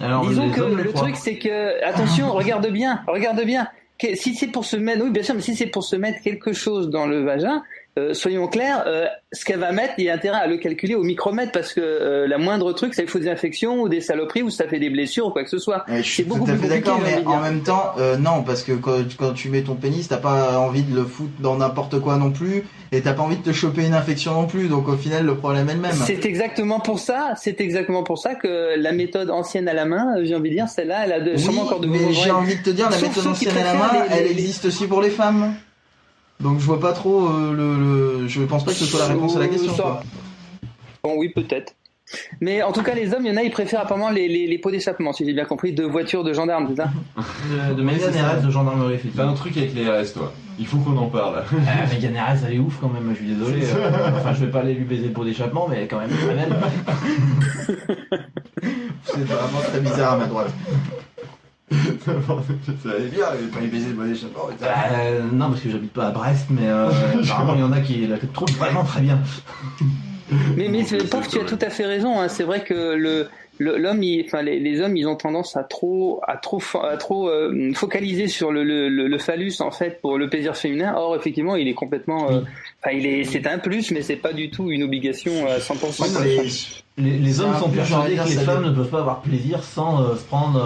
Speaker 2: un
Speaker 1: Alors,
Speaker 4: Disons
Speaker 1: les
Speaker 4: que
Speaker 1: hommes
Speaker 4: le
Speaker 1: croient.
Speaker 4: truc, c'est que attention, regarde bien, regarde bien. Que- si c'est pour se mettre, oui, bien sûr, mais si c'est pour se mettre quelque chose dans le vagin, euh, soyons clairs, euh, ce qu'elle va mettre, il y a intérêt à le calculer au micromètre parce que euh, la moindre truc, ça lui faut des infections ou des saloperies ou ça fait des blessures ou quoi que ce soit.
Speaker 2: Ouais, Je
Speaker 4: C'est
Speaker 2: suis
Speaker 4: beaucoup
Speaker 2: tout à fait
Speaker 4: plus
Speaker 2: d'accord,
Speaker 4: compliqué, hein, j'ai
Speaker 2: mais en
Speaker 4: envie de dire.
Speaker 2: même temps, euh, non, parce que quand, quand tu mets ton pénis, t'as pas envie de le foutre dans n'importe quoi non plus, et t'as pas envie de te choper une infection non plus, donc au final, le problème est le même.
Speaker 4: C'est exactement pour ça, c'est exactement pour ça que la méthode ancienne à la main, euh, j'ai envie de dire, celle-là, elle a de,
Speaker 2: Oui,
Speaker 4: sûrement encore de
Speaker 2: mais
Speaker 4: mauvais
Speaker 2: j'ai envie de te dire, la
Speaker 4: Sauf
Speaker 2: méthode
Speaker 4: ceux qui
Speaker 2: ancienne à la main,
Speaker 4: préfèrent les-
Speaker 2: elle
Speaker 4: les-
Speaker 2: existe aussi pour les femmes. Donc je vois pas trop euh, le, le- Je pense pas que ce soit la réponse à la question.
Speaker 4: Ça-
Speaker 2: quoi.
Speaker 4: Bon, oui, peut-être. Mais en tout cas, les hommes, il y en a, ils préfèrent apparemment les, les, les pots d'échappement, si j'ai bien compris, de voitures de gendarmes, c'est ça
Speaker 1: Euh, De, de
Speaker 3: Oui, c'est ça.
Speaker 1: Meganeres de gendarmerie,
Speaker 3: T'as
Speaker 1: effectivement.
Speaker 3: un truc avec les RS, toi. Il faut qu'on en parle.
Speaker 1: Ah, Meganeres, elle est ouf quand même, je suis désolé.
Speaker 6: C'est ça.
Speaker 1: Euh, Enfin, je vais pas aller lui baiser le pot d'échappement, mais elle est quand même très belle.
Speaker 2: C'est vraiment très bizarre à ma droite.
Speaker 6: Ça allait bien, il avait pas eu baiser le bonnet chapeau.
Speaker 1: Euh, non, parce que j'habite pas à Brest, mais euh, apparemment, il y en a qui la trouvent vraiment très bien.
Speaker 4: Mais, mais
Speaker 3: Oui, c'est
Speaker 4: Pof, tu as
Speaker 3: vrai.
Speaker 4: tout à fait raison. Hein. C'est vrai que le le- l'homme, il- enfin les, les hommes, ils ont tendance à trop à trop fo- à trop euh, focaliser sur le, le, le, le phallus en fait pour le plaisir féminin. Or effectivement, il est complètement, euh, enfin il est c'est un plus, mais c'est pas du tout une obligation à 100%.
Speaker 2: Oui,
Speaker 4: quoi.
Speaker 2: mais-
Speaker 1: Les, les hommes
Speaker 2: Ah,
Speaker 1: sont
Speaker 2: plus, j'aurais
Speaker 1: persuadés
Speaker 2: bien
Speaker 1: que les
Speaker 2: ça
Speaker 1: femmes
Speaker 2: dépend.
Speaker 1: ne peuvent pas avoir plaisir sans euh, se prendre.
Speaker 2: Non,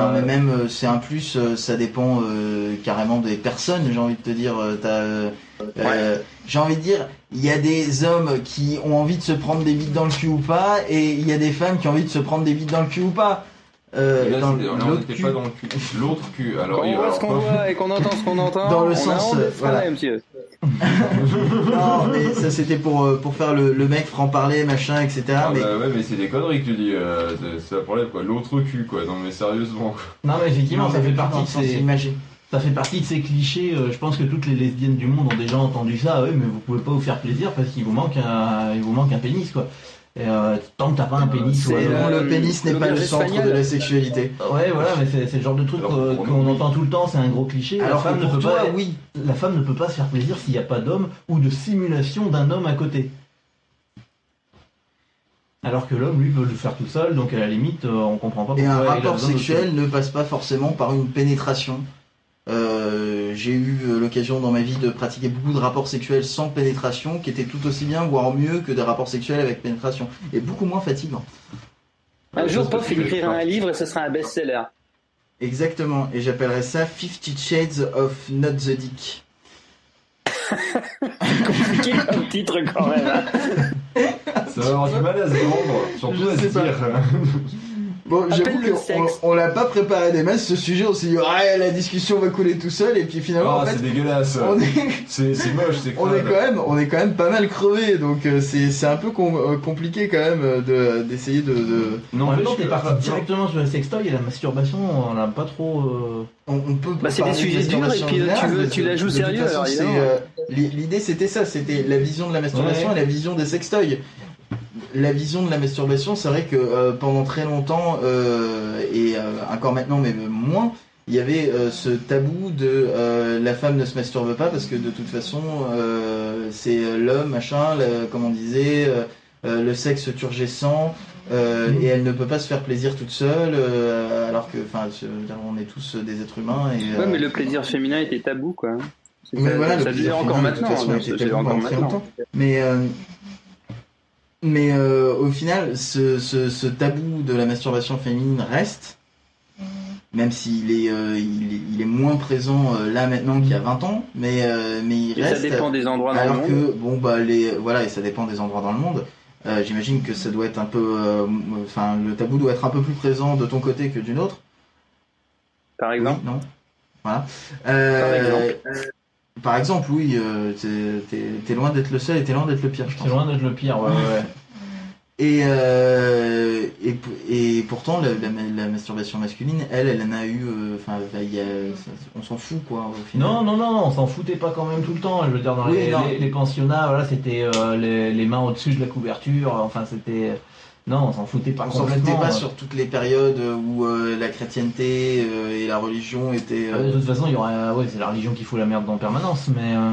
Speaker 1: euh,
Speaker 2: mais même euh, c'est un plus, euh, ça dépend euh, carrément des personnes, j'ai envie de te dire. euh, t'as, euh, euh, j'ai envie de dire, il y a des hommes qui ont envie de se prendre des bites dans le cul ou pas, et il y a des femmes qui ont envie de se prendre des bites dans le cul ou pas. Euh,
Speaker 3: Et là,
Speaker 2: dans
Speaker 3: c'est- là, on
Speaker 2: l'autre
Speaker 3: n'était
Speaker 2: cul.
Speaker 3: pas dans le cul. L'autre cul. Alors,
Speaker 4: Quand
Speaker 3: il
Speaker 4: on voit ce qu'on voit et qu'on entend ce qu'on entend,
Speaker 2: Dans le
Speaker 4: on
Speaker 2: sens,
Speaker 4: a honte
Speaker 2: euh,
Speaker 4: d'être
Speaker 2: voilà.
Speaker 4: là, monsieur.
Speaker 2: Non, mais ça c'était pour, euh, pour faire le, le mec franc-parler, machin, etc.
Speaker 3: Ah
Speaker 2: mais
Speaker 3: bah ouais, mais c'est des conneries que tu dis. euh, c'est- c'est un problème, quoi. L'autre cul, quoi. Non, mais sérieusement. quoi.
Speaker 1: non, mais effectivement, ça fait
Speaker 2: dans
Speaker 1: partie
Speaker 2: le
Speaker 1: de
Speaker 2: sens
Speaker 1: ces.
Speaker 2: imagé.
Speaker 1: Ça fait partie de ces clichés, euh, je pense que toutes les lesbiennes du monde ont déjà entendu ça, oui, mais vous pouvez pas vous faire plaisir parce qu'il vous manque un, il vous manque un pénis, quoi. Et, euh, tant que t'as pas un pénis ou
Speaker 4: C'est,
Speaker 1: un-
Speaker 4: euh,
Speaker 2: le pénis n'est pas le
Speaker 4: l'auberge
Speaker 2: centre de
Speaker 4: espagnole.
Speaker 2: la sexualité.
Speaker 1: Ouais, voilà, mais c'est c'est le genre de truc
Speaker 3: Alors,
Speaker 1: euh,
Speaker 3: pour
Speaker 1: qu'on
Speaker 3: nous, oui.
Speaker 1: entend tout le temps, c'est un gros cliché.
Speaker 2: Alors
Speaker 1: la, femme
Speaker 2: que
Speaker 1: ne
Speaker 2: pour
Speaker 1: peut
Speaker 2: toi,
Speaker 1: pas,
Speaker 2: oui.
Speaker 1: la femme ne peut pas se faire plaisir s'il n'y a pas d'homme ou de simulation d'un homme à côté. Alors que l'homme, lui, peut le faire tout seul, donc à la limite, euh, on comprend pas
Speaker 2: Et un
Speaker 1: pourquoi il a
Speaker 2: rapport
Speaker 1: besoin de-
Speaker 2: sexuel ne passe pas forcément par une pénétration. Euh, J'ai eu euh, l'occasion dans ma vie de pratiquer beaucoup de rapports sexuels sans pénétration, qui étaient tout aussi bien, voire mieux, que des rapports sexuels avec pénétration, et beaucoup moins fatigants.
Speaker 4: Un
Speaker 3: Ouais,
Speaker 4: jour,
Speaker 3: parce que
Speaker 4: Pof,
Speaker 3: tu
Speaker 4: il
Speaker 3: fais-
Speaker 4: écrira un livre et ce sera un best-seller.
Speaker 2: Exactement, et j'appellerais ça 50 Shades of Not the Dick.
Speaker 4: Compliqué comme titre quand même. hein.
Speaker 3: Ça va avoir du mal à se vendre, surtout
Speaker 2: Je
Speaker 3: à se
Speaker 2: sais pas.
Speaker 3: dire.
Speaker 2: Bon, j'avoue
Speaker 4: Appelle le
Speaker 2: qu'on
Speaker 4: sexe.
Speaker 2: on l'a pas préparé des masses ce sujet, on s'est dit, ah, la discussion va couler tout seul, et puis finalement,
Speaker 3: Ah,
Speaker 2: en
Speaker 3: c'est
Speaker 2: fait,
Speaker 3: dégueulasse.
Speaker 2: on est,
Speaker 3: C'est c'est moche, c'est
Speaker 2: On est
Speaker 3: crade.
Speaker 2: quand même, on est quand même pas mal crevé, donc euh, c'est c'est un peu com- euh, compliqué quand même euh, de- d'essayer de, de-
Speaker 1: En
Speaker 3: Non,
Speaker 1: même
Speaker 3: mais
Speaker 1: temps,
Speaker 3: je-
Speaker 1: t'es parti directement sur les sextoys et la masturbation, on l'a pas trop. euh,
Speaker 2: On, on peut.
Speaker 4: Bah, c'est
Speaker 2: parler
Speaker 4: des sujets
Speaker 2: de
Speaker 4: durs, et
Speaker 2: masturbation
Speaker 4: puis, euh, tu
Speaker 2: générale,
Speaker 4: veux-
Speaker 2: mais
Speaker 4: tu
Speaker 2: de-
Speaker 4: la joues
Speaker 2: de toute
Speaker 4: sérieux,
Speaker 2: façon,
Speaker 4: alors,
Speaker 2: c'est,
Speaker 4: évidemment.
Speaker 2: euh, l'i- L'idée c'était ça, c'était la vision de la masturbation
Speaker 1: Ouais.
Speaker 2: et la vision des sextoys. La vision de la masturbation, c'est vrai que euh, pendant très longtemps euh, et euh, encore maintenant, mais moins. Il y avait euh, ce tabou de euh, la femme ne se masturbe pas parce que de toute façon euh, c'est l'homme machin, le- comme on disait, euh, euh, le sexe turgescent euh,
Speaker 4: Mm.
Speaker 2: et elle ne peut pas se faire plaisir toute seule euh, alors que enfin je veux dire, on est tous euh, des êtres humains et
Speaker 4: Ouais,
Speaker 2: euh,
Speaker 4: mais le plaisir féminin était tabou, quoi.
Speaker 2: Mais
Speaker 4: ça,
Speaker 2: voilà, le
Speaker 4: ça le
Speaker 2: plaisir
Speaker 4: l'est encore
Speaker 2: féminin, de toute
Speaker 4: maintenant.
Speaker 2: façon,
Speaker 4: hein,
Speaker 2: était
Speaker 4: ça l'est
Speaker 2: tabou
Speaker 4: encore
Speaker 2: pendant très
Speaker 4: maintenant.
Speaker 2: longtemps. mais euh, mais euh, au final ce, ce, ce tabou de la masturbation féminine reste même s'il est, euh, il est il est moins présent euh, là maintenant qu'il y a 20 ans mais euh, mais il
Speaker 4: Et
Speaker 2: reste
Speaker 4: ça dépend des endroits dans le
Speaker 2: alors
Speaker 4: monde.
Speaker 2: que bon bah les voilà et ça dépend des endroits dans le monde. Euh, J'imagine que ça doit être un peu, euh, m- enfin le tabou doit être un peu plus présent de ton côté que d'une autre.
Speaker 4: Par
Speaker 2: Oui,
Speaker 4: exemple.
Speaker 2: non. Voilà. Euh,
Speaker 4: Par
Speaker 2: par exemple, oui, euh, t'es- t'es- t'es loin d'être le seul et t'es loin d'être le pire, je
Speaker 1: C'est
Speaker 2: pense.
Speaker 1: loin d'être le pire, ouais.
Speaker 2: Et, euh, et, p- et pourtant, la, la- la masturbation masculine, elle, elle en a eu. euh, Enfin, il y a- ça- on s'en fout, quoi, au final.
Speaker 1: Non, non, non, non, on s'en foutait pas quand même tout le temps. hein, Je veux dire, dans
Speaker 2: Oui,
Speaker 1: les,
Speaker 2: non.
Speaker 1: les- les pensionnats, voilà, c'était euh, les, les mains au-dessus de la couverture. Enfin, c'était. Non, on s'en foutait pas
Speaker 2: On s'en
Speaker 1: complètement. euh.
Speaker 2: foutait pas sur toutes les périodes où euh, la chrétienté euh, et la religion étaient.
Speaker 1: Euh,
Speaker 2: euh,
Speaker 1: De toute façon, il y aura. Ouais, c'est la religion qui fout la merde en permanence, mais. euh,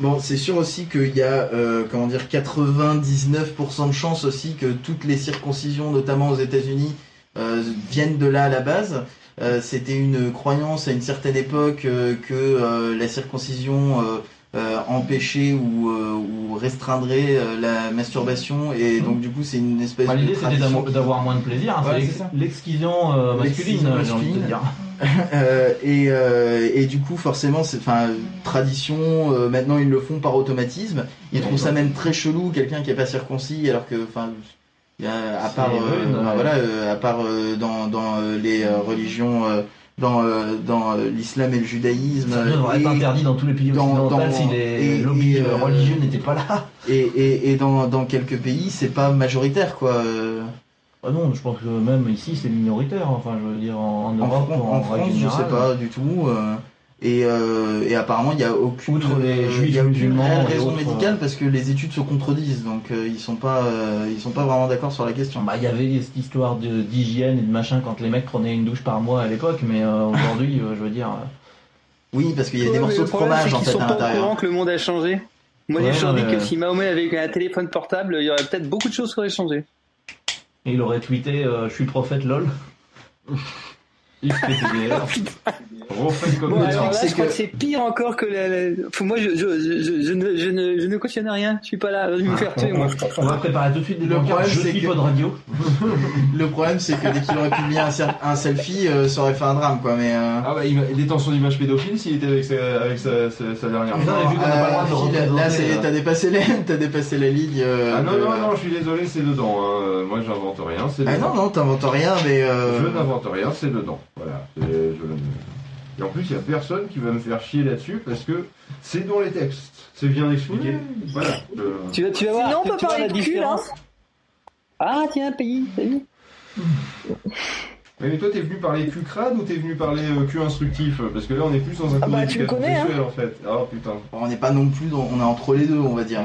Speaker 2: Bon, c'est sûr aussi qu'il y a, euh, comment dire, 99% de chances aussi que toutes les circoncisions, notamment aux États-Unis, euh, viennent de là à la base. Euh, C'était une croyance à une certaine époque euh, que euh, la circoncision euh, euh, empêchait ou, euh, ou restreindrait euh, la masturbation et donc du coup c'est une espèce
Speaker 1: bah,
Speaker 2: de
Speaker 1: L'idée, c'était
Speaker 2: tradition
Speaker 1: d'avoir
Speaker 2: qui-
Speaker 1: d'avoir moins de plaisir. hein,
Speaker 2: Ouais,
Speaker 1: c'est
Speaker 2: c'est ça.
Speaker 1: l'ex- l'excision euh, masculine,
Speaker 2: L'excision
Speaker 1: j'ai envie de te
Speaker 2: masculine.
Speaker 1: dire.
Speaker 2: Euh, et, euh, et du coup, forcément, c'est enfin tradition. euh, maintenant, ils le font par automatisme. Ils
Speaker 1: Ouais,
Speaker 2: trouvent ça
Speaker 1: ouais.
Speaker 2: même très chelou, quelqu'un qui est pas circoncis, alors que enfin, il y a- à
Speaker 1: C'est
Speaker 2: part euh,
Speaker 1: rude,
Speaker 2: enfin,
Speaker 1: ouais.
Speaker 2: voilà, euh, à part euh, dans dans euh, les euh, religions euh, dans, euh, dans euh, l'islam et le judaïsme.
Speaker 1: Ça devrait être
Speaker 2: et-
Speaker 1: interdit dans tous les pays
Speaker 2: dans-
Speaker 1: occidentaux
Speaker 2: dans-
Speaker 1: si les
Speaker 2: et-
Speaker 1: lobbies
Speaker 2: et,
Speaker 1: euh,
Speaker 2: euh,
Speaker 1: religieux n'étaient pas là.
Speaker 2: Et, et, et dans, dans quelques pays, c'est pas majoritaire, quoi. euh,
Speaker 1: Ah non, je pense que même ici c'est minoritaire, enfin je veux dire en, en
Speaker 2: En,
Speaker 1: Europe,
Speaker 2: Fran-
Speaker 1: en,
Speaker 2: en
Speaker 1: règle
Speaker 2: France, je
Speaker 1: générale.
Speaker 2: sais pas du tout. euh, et, euh, et apparemment, il n'y a aucune,
Speaker 1: Outre les
Speaker 2: euh,
Speaker 1: juifs,
Speaker 2: il y a aucune
Speaker 1: musulmans
Speaker 2: réelle
Speaker 1: et
Speaker 2: raison
Speaker 1: autres, euh.
Speaker 2: médicale parce que les études se contredisent, donc euh, ils sont pas, euh, ils sont pas vraiment d'accord sur la question.
Speaker 1: Bah, il y avait cette histoire de- d'hygiène et de machin quand les mecs prenaient une douche par mois à l'époque, mais euh, aujourd'hui, euh, je veux dire. euh,
Speaker 2: Oui, parce qu'il y a
Speaker 4: Ouais,
Speaker 2: des
Speaker 4: mais
Speaker 2: morceaux
Speaker 4: le
Speaker 2: de
Speaker 4: problème,
Speaker 2: fromage
Speaker 4: c'est
Speaker 2: en
Speaker 4: qu'ils
Speaker 2: fait à
Speaker 4: sont pas au courant
Speaker 2: l'intérieur.
Speaker 4: que le monde a changé. Moi,
Speaker 1: Ouais,
Speaker 4: j'ai toujours
Speaker 1: non,
Speaker 4: dit
Speaker 1: mais-
Speaker 4: que si Mahomet avait eu un téléphone portable, il y aurait peut-être beaucoup de choses qui auraient changé.
Speaker 1: il aurait tweeté euh, Je suis prophète, lol.
Speaker 3: XPTDR. Refaites comme
Speaker 4: Bon,
Speaker 2: Le
Speaker 3: moi.
Speaker 4: alors
Speaker 2: truc,
Speaker 4: là,
Speaker 2: c'est
Speaker 4: je crois
Speaker 2: que-
Speaker 4: que c'est pire encore que la. la- Faut- Moi, je, je, je, je ne, je, ne, je ne cautionne rien. Je suis pas là. Je vais me faire tuer, moi.
Speaker 1: On va préparer tout de suite des
Speaker 2: Le
Speaker 1: pancartes
Speaker 2: problème,
Speaker 1: Je
Speaker 2: c'est
Speaker 1: suis
Speaker 2: que-
Speaker 1: pas de radio.
Speaker 2: Le problème, c'est que dès qu'il aurait publié un, cer- un selfie, euh, ça aurait fait un drame, quoi. Mais euh,
Speaker 3: Ah bah, il m'a- détention d'image pédophile s'il était avec sa, avec sa, sa- sa
Speaker 2: Ah,
Speaker 3: dernière
Speaker 1: Non,
Speaker 3: femme.
Speaker 1: vu qu'on Ah, a pas le droit de
Speaker 2: euh, Phil, là,
Speaker 1: représenter,
Speaker 2: ça y est,
Speaker 1: euh,
Speaker 2: t'as dépassé les, t'as dépassé la ligne. euh,
Speaker 3: Ah non,
Speaker 2: de-
Speaker 3: non, non, je suis désolé, c'est dedans. hein. Euh, Moi, j'invente rien, c'est
Speaker 2: Ah
Speaker 3: dedans.
Speaker 2: non, non, t'inventes rien, mais euh,
Speaker 3: Je n'invente rien, c'est dedans. Voilà. Et, je ne- Et en plus, il n'y a personne qui va me faire chier là-dessus parce que c'est dans les textes. C'est bien expliqué. Voilà. Euh, Je-
Speaker 4: Tu vas, tu vas voir.
Speaker 5: Sinon, on
Speaker 4: tu-
Speaker 5: peut
Speaker 4: tu vas
Speaker 5: parler
Speaker 4: voir
Speaker 5: de
Speaker 4: la
Speaker 5: cul, hein. là.
Speaker 4: différence. Ah, tiens, pays. salut.
Speaker 3: Mais, mais toi, t'es venu parler cul crade ou t'es venu parler euh, cul instructif Parce que là, on est plus dans un
Speaker 5: Ah bah,
Speaker 3: cours
Speaker 5: tu me connais,
Speaker 3: d'éducation sexuelle, en fait. Ah putain.
Speaker 2: on n'est pas non plus, dans- on est entre les deux, on va dire.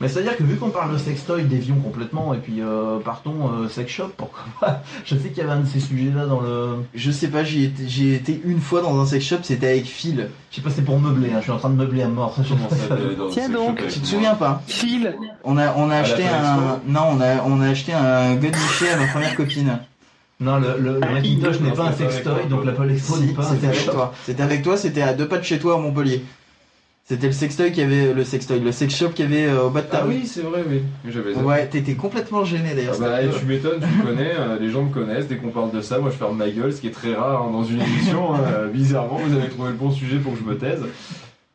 Speaker 1: Mais c'est à dire que vu qu'on parle de sextoy, dévions complètement et puis euh, partons euh, sex shop, pourquoi pas Je sais qu'il y avait un de ces sujets-là dans le.
Speaker 2: Je sais pas, j'y étais- j'ai été une fois dans un sex shop, c'était avec Phil.
Speaker 1: Je sais pas, c'est pour meubler, hein, je suis en train de meubler à mort. ça, je
Speaker 3: Comment ça,
Speaker 1: sais
Speaker 3: t'es dans le
Speaker 4: Tiens
Speaker 3: sex shop
Speaker 4: donc,
Speaker 3: avec
Speaker 2: Tu te
Speaker 3: moi
Speaker 2: souviens pas
Speaker 4: Phil.
Speaker 2: On a, on a
Speaker 3: À la
Speaker 2: acheté
Speaker 3: Palais
Speaker 2: un.
Speaker 3: Expo.
Speaker 2: Non, on a, on a acheté un Godmiché à ma première copine.
Speaker 1: Non, le, le, le Macintosh n'est pas
Speaker 3: Ah, Non,
Speaker 1: un
Speaker 3: c'est pas avec
Speaker 1: sextoy,
Speaker 3: moi.
Speaker 1: donc l'Apple Expo
Speaker 2: Si,
Speaker 1: n'est pas un
Speaker 2: c'était avec
Speaker 1: sex shop.
Speaker 2: toi. C'était avec toi, c'était à deux pas de chez toi à Montpellier. C'était le sextoy qui avait. Le sextoy, le sex shop qu'il y avait euh, au bas de ta
Speaker 3: Ah
Speaker 2: rue.
Speaker 3: oui, c'est vrai, oui. J'avais zappé.
Speaker 2: Ouais, t'étais complètement gêné d'ailleurs.
Speaker 3: Ah bah,
Speaker 2: c'était-
Speaker 3: tu m'étonnes, tu me connais, euh, les gens me connaissent, dès qu'on parle de ça, moi je ferme ma gueule, ce qui est très rare hein, dans une émission, hein, euh, bizarrement, vous avez trouvé le bon sujet pour que je me taise.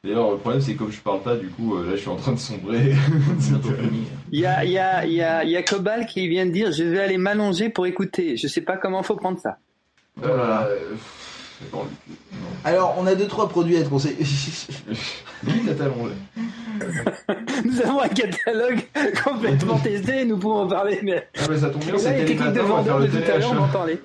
Speaker 3: D'ailleurs, le problème c'est que comme je parle pas, du coup, euh, là je suis en train de sombrer.
Speaker 1: C'est bientôt fini.
Speaker 4: Il y a, il y, a, il y, a, il y a Cobal qui vient de dire Je vais aller m'allonger pour écouter. Je sais pas comment faut prendre ça.
Speaker 1: Oh là là.
Speaker 3: Euh, pff, c'est dans le cul.
Speaker 2: Alors, on a deux trois produits à te conseiller.
Speaker 3: Qui t'a t'allongé
Speaker 4: Nous avons un catalogue complètement testé et nous pouvons en parler. Mais
Speaker 3: Ah bah ça tombe bien,
Speaker 4: là,
Speaker 3: c'était
Speaker 4: les
Speaker 3: les
Speaker 4: techniques de
Speaker 3: matins, on va faire
Speaker 4: vendeur de
Speaker 3: hein, le
Speaker 4: tout à l'heure, on en
Speaker 3: téléachat.
Speaker 4: parlait.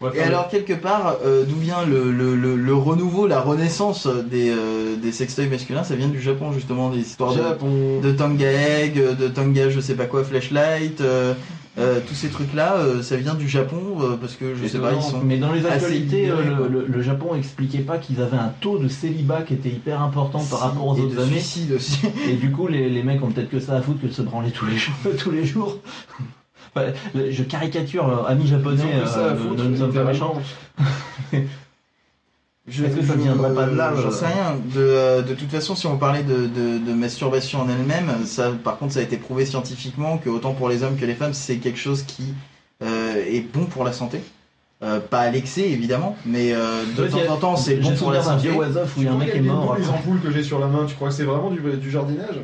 Speaker 3: On va faire
Speaker 2: Et
Speaker 3: le-
Speaker 2: alors, quelque part, euh, d'où vient le, le, le, le renouveau, la renaissance des, euh, des sextoys masculins Ça vient du Japon, justement, des histoires de.
Speaker 3: Japon.
Speaker 2: de Tanga Egg, euh, de Tanga je sais pas quoi, Flashlight, euh, euh, tous ces trucs là, ça vient du Japon euh, parce que je sais pas, ils
Speaker 1: Étonnant,
Speaker 2: sont.
Speaker 1: Mais dans les
Speaker 2: assez
Speaker 1: actualités,
Speaker 2: libérés,
Speaker 1: euh,
Speaker 2: quoi.
Speaker 1: le, le- le Japon expliquait pas qu'ils avaient un taux de célibat qui était hyper important par rapport aux
Speaker 2: Et
Speaker 1: autres
Speaker 2: de
Speaker 1: années.
Speaker 2: suicide aussi.
Speaker 1: Et du coup, les, les mecs ont peut-être que ça à foutre que de se branler tous les jours. Tous les jours. Enfin, le- je caricature, euh, amis
Speaker 3: Ils ont
Speaker 1: japonais,
Speaker 3: que ça à
Speaker 1: euh,
Speaker 3: foutre,
Speaker 1: ne- ne sommes pas méchants.
Speaker 3: littéralement.
Speaker 2: Je,
Speaker 1: Est-ce que ça viendrait pas de là,
Speaker 2: J'en
Speaker 1: euh,
Speaker 2: sais rien. De, euh, de toute façon, si on parlait de, de, de masturbation en elle-même, ça, par contre, ça a été prouvé scientifiquement que autant pour les hommes que les femmes, c'est quelque chose qui euh, est bon pour la santé. Euh, pas à l'excès évidemment, mais euh, de
Speaker 1: Ouais, il y a-
Speaker 2: temps en temps, c'est bon
Speaker 1: J'ai
Speaker 2: pour la
Speaker 1: souvenir d'un
Speaker 2: santé.
Speaker 1: vieux Wasoff où il y a un
Speaker 3: Tu
Speaker 1: mec
Speaker 3: vois,
Speaker 1: est
Speaker 3: les-
Speaker 1: mort. euh.
Speaker 3: Les ampoules que j'ai sur la main, tu crois que c'est vraiment du, du jardinage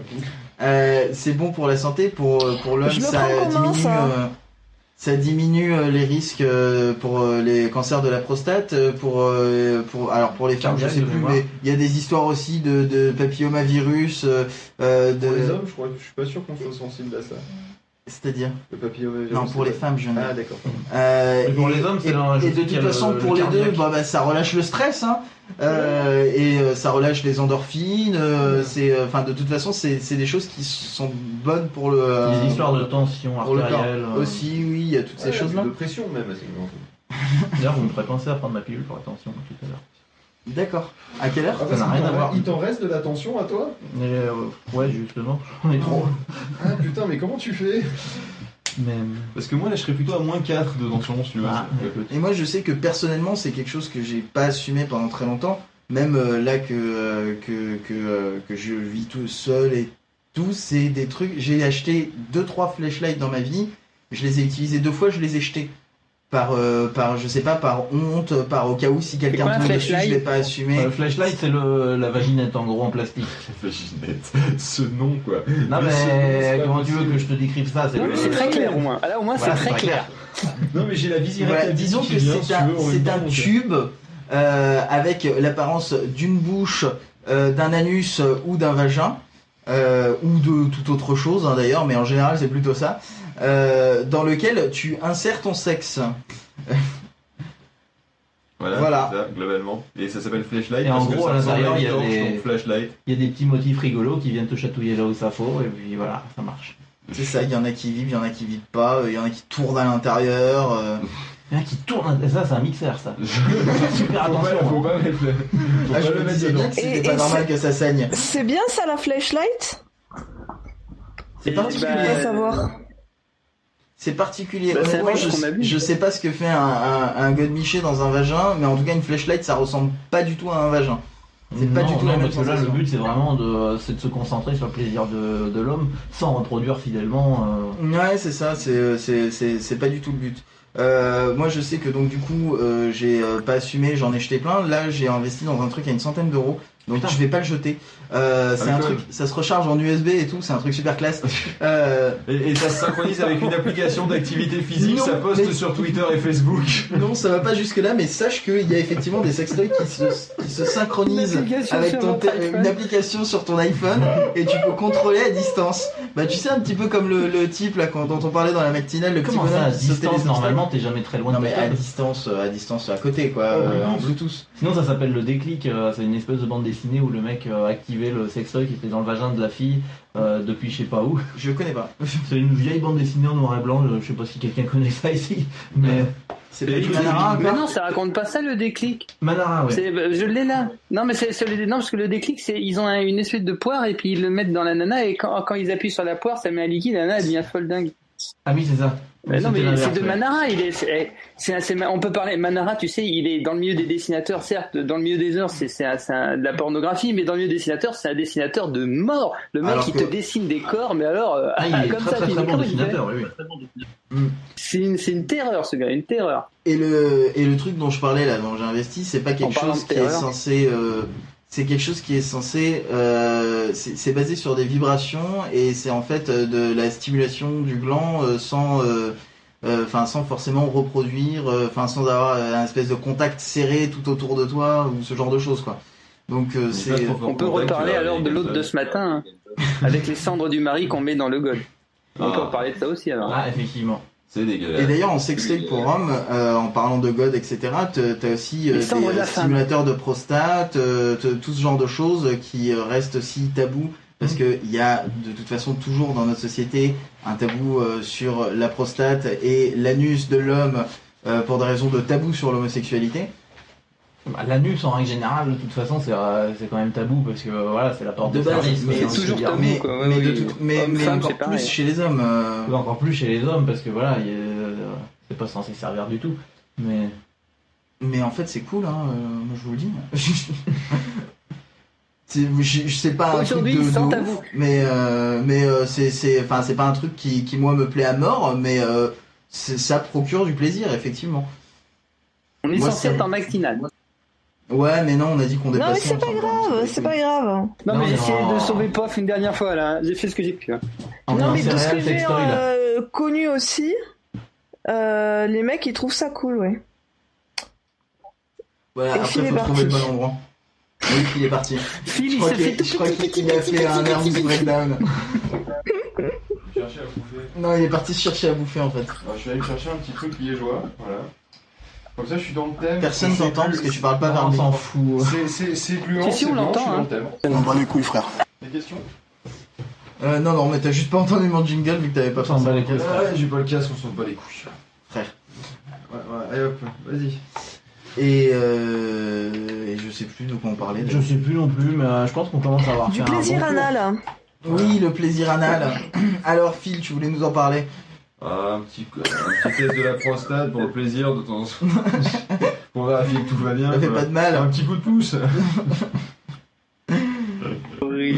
Speaker 2: Euh, c'est bon pour la santé, pour, euh, pour l'homme,
Speaker 5: Je le
Speaker 2: ça,
Speaker 5: prends en
Speaker 2: diminue,
Speaker 5: main, ça.
Speaker 2: euh, ça diminue euh, les risques euh, pour euh, les cancers de la prostate, euh, pour, euh, pour, alors pour les femmes, je
Speaker 1: Cardiaque,
Speaker 2: sais
Speaker 1: de
Speaker 2: plus,
Speaker 1: mémoire.
Speaker 2: mais il y a des histoires aussi de, de papillomavirus, euh, euh,
Speaker 3: Pour les
Speaker 2: de...
Speaker 3: hommes, je crois que je suis pas sûr qu'on soit sensible à ça.
Speaker 2: C'est-à-dire
Speaker 3: Le papillomavirus.
Speaker 2: Non, pour les
Speaker 3: c'est-
Speaker 2: femmes, je ne
Speaker 3: Ah, d'accord.
Speaker 2: Euh,
Speaker 1: Mais pour
Speaker 2: et-
Speaker 1: les hommes, c'est
Speaker 2: et-
Speaker 1: leur- je
Speaker 2: Et de
Speaker 1: sais qu'il y
Speaker 2: toute
Speaker 1: a le-
Speaker 2: façon,
Speaker 1: le
Speaker 2: pour les deux,
Speaker 1: cardiaque.
Speaker 2: bah, bah, ça relâche le stress, hein. Euh, et euh, ça relâche les endorphines. euh, c'est, euh, enfin, de toute façon, c'est c'est des choses qui sont bonnes pour le. euh,
Speaker 1: Les histoires de tension
Speaker 2: Pour le corps
Speaker 1: artérielle. euh,
Speaker 2: aussi, oui, il y a toutes ces
Speaker 3: Ouais,
Speaker 2: choses-là.
Speaker 3: De pression même, c'est
Speaker 1: D'ailleurs, vous me ferez penser à prendre ma pilule pour la tension tout à l'heure.
Speaker 2: D'accord. À quelle
Speaker 3: Ah,
Speaker 2: heure
Speaker 1: Ça n'a rien à voir.
Speaker 3: Il t'en reste de la tension à toi
Speaker 1: Mais, euh, ouais, justement, j'en ai trop.
Speaker 3: Ah putain, mais comment tu fais
Speaker 1: Mais.
Speaker 3: Parce que moi là, je serais plutôt à moins 4 de tension, si tu veux.
Speaker 1: Ah,
Speaker 2: Et moi, je sais que personnellement, c'est quelque chose que j'ai pas assumé pendant très longtemps. Même euh, là que euh, que que, euh, que je vis tout seul et tout, c'est des trucs. J'ai acheté deux trois flashlights dans ma vie. Je les ai utilisés deux fois. Je les ai jetés par euh, par je sais pas par honte, par au cas où si
Speaker 4: quoi,
Speaker 2: quelqu'un
Speaker 4: un
Speaker 2: tombe dessus, je
Speaker 4: flashlight
Speaker 2: l'ai pas assumé.
Speaker 1: Euh, flashlight, c'est le- la vaginette en gros en plastique.
Speaker 3: La Ginette, ce nom quoi.
Speaker 1: Non
Speaker 3: Mais c'est- c'est
Speaker 1: mais
Speaker 3: pas
Speaker 1: comment tu veux
Speaker 3: possible.
Speaker 1: que je te décrive ça C'est
Speaker 4: Non,
Speaker 1: le-
Speaker 4: mais c'est très clair au moins. Ah, Là, au moins,
Speaker 1: Voilà,
Speaker 4: c'est très clair.
Speaker 1: Non, mais j'ai la visirette.
Speaker 2: Voilà,
Speaker 1: à Bibi
Speaker 2: euh, disons
Speaker 1: qui
Speaker 2: que
Speaker 1: vient,
Speaker 2: c'est
Speaker 1: si
Speaker 2: un,
Speaker 1: tu veux, en
Speaker 2: c'est
Speaker 1: même
Speaker 2: un
Speaker 1: temps, donc,
Speaker 2: tube euh, avec l'apparence d'une bouche, euh, d'un anus euh, ou d'un vagin, euh, ou de toute autre chose hein, d'ailleurs, mais en général c'est plutôt ça, euh, dans lequel tu insères ton sexe.
Speaker 3: Voilà,
Speaker 2: Voilà.
Speaker 3: c'est ça, globalement. Et ça s'appelle Flashlight.
Speaker 1: Et en
Speaker 3: parce que
Speaker 1: gros,
Speaker 3: ça
Speaker 1: à
Speaker 3: ressemble
Speaker 1: l'intérieur,
Speaker 3: une
Speaker 1: il y a
Speaker 3: torche,
Speaker 1: des-
Speaker 3: donc Flashlight.
Speaker 1: Il y a des petits motifs rigolos qui viennent te chatouiller là où ça faut, et puis voilà, ça marche.
Speaker 2: C'est ça, il y en a qui vivent, il y en a qui vivent pas, euh, il y en a qui tournent à l'intérieur. euh.
Speaker 1: Il y en a qui tournent, ça c'est un mixeur ça. Super
Speaker 3: Faut pas, faut
Speaker 1: attention. hein.
Speaker 3: pas mettre le- faut
Speaker 2: Ah,
Speaker 3: pas
Speaker 2: je
Speaker 3: le
Speaker 2: me
Speaker 3: mettre
Speaker 2: disais
Speaker 3: dedans.
Speaker 2: bien que c'était
Speaker 5: Et-
Speaker 2: pas
Speaker 5: et
Speaker 2: normal
Speaker 5: c'est-
Speaker 2: que ça saigne.
Speaker 5: C'est bien ça la flashlight
Speaker 2: C'est particulier.
Speaker 5: Faut
Speaker 4: Euh,
Speaker 5: savoir.
Speaker 2: C'est particulier.
Speaker 4: Bah, c'est
Speaker 2: Honnêtement,
Speaker 4: la
Speaker 2: je,
Speaker 4: chose qu'on a vue.
Speaker 2: je sais pas ce que fait un, un, un godemiché dans un vagin, mais en tout cas, une flashlight, ça ressemble pas du tout à un vagin. C'est pas
Speaker 1: Non,
Speaker 2: du tout
Speaker 1: non,
Speaker 2: la même
Speaker 1: parce que là, le
Speaker 2: sensation.
Speaker 1: but c'est vraiment de, c'est de se concentrer sur le plaisir de, de l'homme sans reproduire fidèlement. euh,
Speaker 2: Ouais, c'est ça, c'est, euh, c'est, c'est, c'est pas du tout le but. Euh, moi, je sais que donc, du coup, euh, j'ai euh, pas assumé, j'en ai jeté plein. Là, j'ai investi dans un truc à une centaine d'euros, donc
Speaker 1: Putain.
Speaker 2: je vais pas le jeter. Euh, c'est
Speaker 3: Ah,
Speaker 2: un
Speaker 3: quand
Speaker 2: truc,
Speaker 3: même.
Speaker 2: ça se recharge en USB et tout, c'est un truc super classe. Euh,
Speaker 3: Et, et ça se synchronise avec une application d'activité physique,
Speaker 2: Non,
Speaker 3: ça poste
Speaker 2: mais-
Speaker 3: sur Twitter et Facebook.
Speaker 2: non, ça va pas jusque-là, mais sache qu'il y a effectivement des sextoys qui se, qui se synchronisent
Speaker 4: Une application
Speaker 2: avec
Speaker 4: sur
Speaker 2: ton
Speaker 4: votre
Speaker 2: tél-
Speaker 4: iPhone.
Speaker 2: une application sur ton iPhone et tu peux contrôler à distance. Bah, tu sais, un petit peu comme le, le type là, quand- dont on parlait dans la matinale, le petit
Speaker 1: Comment ça,
Speaker 2: bonhomme
Speaker 1: à
Speaker 2: qui sautait les
Speaker 1: distance
Speaker 2: obstacles.
Speaker 1: Normalement, t'es jamais très loin
Speaker 2: Non
Speaker 1: de
Speaker 2: mais
Speaker 1: ta
Speaker 2: à
Speaker 1: table.
Speaker 2: distance, euh, à distance, à côté quoi,
Speaker 1: Oh,
Speaker 2: euh,
Speaker 1: oui.
Speaker 2: en Bluetooth.
Speaker 1: Sinon, ça s'appelle le déclic. euh, c'est une espèce de bande dessinée où le mec euh, activait le sextoy qui était dans le vagin de la fille euh, depuis je sais pas où.
Speaker 2: Je connais pas.
Speaker 1: C'est une vieille bande dessinée en noir et blanc. euh, Je sais pas si quelqu'un connaît ça ici, mais
Speaker 2: C'est
Speaker 1: Et
Speaker 2: pas du
Speaker 1: le-
Speaker 2: Manara,
Speaker 4: Mais
Speaker 2: quoi.
Speaker 4: non, ça raconte pas ça le déclic.
Speaker 1: Manara, ouais.
Speaker 4: C'est- bah, Je l'ai là. Non, mais c'est c'est le- non parce que le déclic, c'est ils ont un- une espèce de poire et puis ils le mettent dans la nana et quand, quand ils appuient sur la poire, ça met un liquide, la nana elle devient folle dingue.
Speaker 1: Ah oui, c'est ça.
Speaker 4: Mais non,
Speaker 1: C'était
Speaker 4: mais c'est
Speaker 1: l'inverse,
Speaker 4: de
Speaker 1: ouais.
Speaker 4: Manara. Il est, c'est, eh, c'est un- c'est ma- on peut parler. Manara, tu sais, il est dans le milieu des dessinateurs, certes, dans le milieu des heures, c'est, c'est, un- c'est un- de la pornographie, mais dans le milieu des dessinateurs, c'est un dessinateur de mort. Le mec
Speaker 2: Alors
Speaker 4: qui
Speaker 2: que-
Speaker 4: te dessine des corps, mais alors, euh,
Speaker 1: Ah, il est
Speaker 4: comme
Speaker 1: très
Speaker 4: ça,
Speaker 1: très
Speaker 4: puis
Speaker 1: très
Speaker 4: il-
Speaker 1: bon
Speaker 4: comment il fait
Speaker 1: dessinateur, oui, oui.
Speaker 4: c'est une, c'est une terreur, ce gars, une terreur.
Speaker 2: Et le et le truc dont je parlais là, dont j'ai investi, c'est pas
Speaker 4: En
Speaker 2: quelque
Speaker 4: parlant
Speaker 2: chose
Speaker 4: de
Speaker 2: qui est
Speaker 4: terreur.
Speaker 2: censé. euh, c'est quelque chose qui est censé. euh, c'est c'est basé sur des vibrations et c'est en fait euh, de la stimulation du gland euh, sans. euh, euh, Enfin, sans forcément reproduire, euh, enfin, sans avoir euh, un espèce de contact serré tout autour de toi ou ce genre de choses, quoi. Donc, euh, c'est.
Speaker 4: On peut reparler alors de l'autre de ce matin, hein. avec les cendres du mari qu'on met dans le god. On peut
Speaker 3: Ah.
Speaker 4: parler de ça aussi, alors.
Speaker 1: Ah, effectivement.
Speaker 3: C'est
Speaker 4: Euh,
Speaker 2: Et
Speaker 3: dégueulasse.
Speaker 2: d'ailleurs, en sextape pour hommes, euh, en parlant de God, etc., te- t'as aussi euh,
Speaker 4: Les
Speaker 2: des
Speaker 4: cendres de la
Speaker 2: euh,
Speaker 4: femme.
Speaker 2: stimulateurs de prostate, euh, te- tout ce genre de choses qui euh, restent aussi tabous,
Speaker 4: Mm.
Speaker 2: parce que il y a de toute façon toujours dans notre société un tabou euh, sur la prostate et l'anus de l'homme euh, pour des raisons de tabou sur l'homosexualité.
Speaker 1: Bah, L'anus, en règle générale, de toute façon, c'est euh, c'est quand même tabou parce que euh, voilà, c'est la porte de,
Speaker 2: De base,
Speaker 1: service.
Speaker 2: mais
Speaker 1: quoi,
Speaker 2: c'est
Speaker 1: j'ai
Speaker 4: toujours
Speaker 1: envie de dire.
Speaker 4: tabou,
Speaker 2: mais
Speaker 4: quoi. Ouais,
Speaker 2: mais, de
Speaker 4: oui.
Speaker 2: toute- mais,
Speaker 4: Homme,
Speaker 2: mais
Speaker 4: femme,
Speaker 2: encore
Speaker 4: c'est
Speaker 2: plus
Speaker 4: pareil.
Speaker 2: chez les hommes. euh,
Speaker 1: Et Encore plus chez les hommes parce que voilà, il y a- euh, c'est pas censé servir du tout. Mais
Speaker 2: Mais en fait, c'est cool, hein, euh, moi je vous le dis. C'est- je, je sais pas un truc
Speaker 4: Aujourd'hui,
Speaker 2: de- de
Speaker 4: sans
Speaker 2: ouf,
Speaker 4: tabou.
Speaker 2: mais euh, mais euh, c'est c'est enfin c'est pas un truc qui, qui moi me plaît à mort mais euh, c'est- ça procure du plaisir effectivement
Speaker 4: On est
Speaker 2: Moi,
Speaker 4: censé
Speaker 2: ça-
Speaker 4: être en matinale.
Speaker 2: ouais mais non on a dit qu'on
Speaker 5: Non mais
Speaker 2: dépassait
Speaker 5: c'est pas
Speaker 2: ensemble,
Speaker 5: grave,
Speaker 2: hein,
Speaker 5: Oh, bah, c'est pas grave.
Speaker 4: Non,
Speaker 1: Non,
Speaker 4: mais
Speaker 1: mais
Speaker 4: j'essayais
Speaker 1: non.
Speaker 4: de sauver Pof une dernière fois, là. J'ai fait ce que j'ai pu. hein.
Speaker 1: en
Speaker 5: non mais
Speaker 1: c'est
Speaker 5: de ce
Speaker 1: réel,
Speaker 5: que j'ai
Speaker 1: sextoy, là.
Speaker 5: euh, connu aussi, euh, les mecs ils trouvent ça cool, ouais.
Speaker 2: voilà
Speaker 5: Et
Speaker 2: après
Speaker 5: Phil est
Speaker 2: faut trouver le
Speaker 5: parti.
Speaker 2: bon endroit oui il est parti
Speaker 4: Phil,
Speaker 2: je
Speaker 4: il
Speaker 2: crois
Speaker 4: se
Speaker 2: qu'il
Speaker 4: fait tout
Speaker 2: je crois qu'il a fait un nervous breakdown
Speaker 3: Chercher à bouffer.
Speaker 2: non il est parti chercher à bouffer en fait
Speaker 3: Alors, je vais aller me chercher un petit truc piégeois, voilà. Comme ça, je suis dans le thème.
Speaker 2: personne
Speaker 3: C'est
Speaker 2: t'entend
Speaker 3: glu-
Speaker 2: parce que tu parles pas
Speaker 1: Non,
Speaker 2: vers
Speaker 1: on
Speaker 2: le
Speaker 1: s'en
Speaker 2: micro.
Speaker 1: fout.
Speaker 3: C'est c'est c'est gluant.
Speaker 4: Si, si,
Speaker 3: c'est
Speaker 4: on
Speaker 3: gluant, Je
Speaker 4: l'entend,
Speaker 3: suis dans
Speaker 4: hein.
Speaker 3: le thème.
Speaker 6: On bat les couilles, frère.
Speaker 3: Des questions
Speaker 2: euh, non non mais t'as juste pas entendu mon jingle vu que t'avais pas
Speaker 1: On s'en
Speaker 2: pensé
Speaker 1: bat les couilles.
Speaker 3: Ah Ouais, j'ai pas le casque, on s'en bat les couilles.
Speaker 2: Frère.
Speaker 3: Ouais, ouais, allez hop, vas-y.
Speaker 2: et euh, et je sais plus de quoi on parlait
Speaker 1: Je sais plus non plus, mais euh, je pense qu'on commence à avoir
Speaker 5: Du
Speaker 1: fait un
Speaker 5: plaisir
Speaker 1: bon tour.
Speaker 5: anal.
Speaker 2: Oui, le plaisir anal. Alors Phil, tu voulais nous en parler
Speaker 3: Ah, un petit, un petit test de la prostate pour le plaisir de temps en temps. pour vérifier que tout va bien.
Speaker 2: Ça fait
Speaker 3: quoi.
Speaker 2: pas de mal.
Speaker 3: Un petit coup de pouce.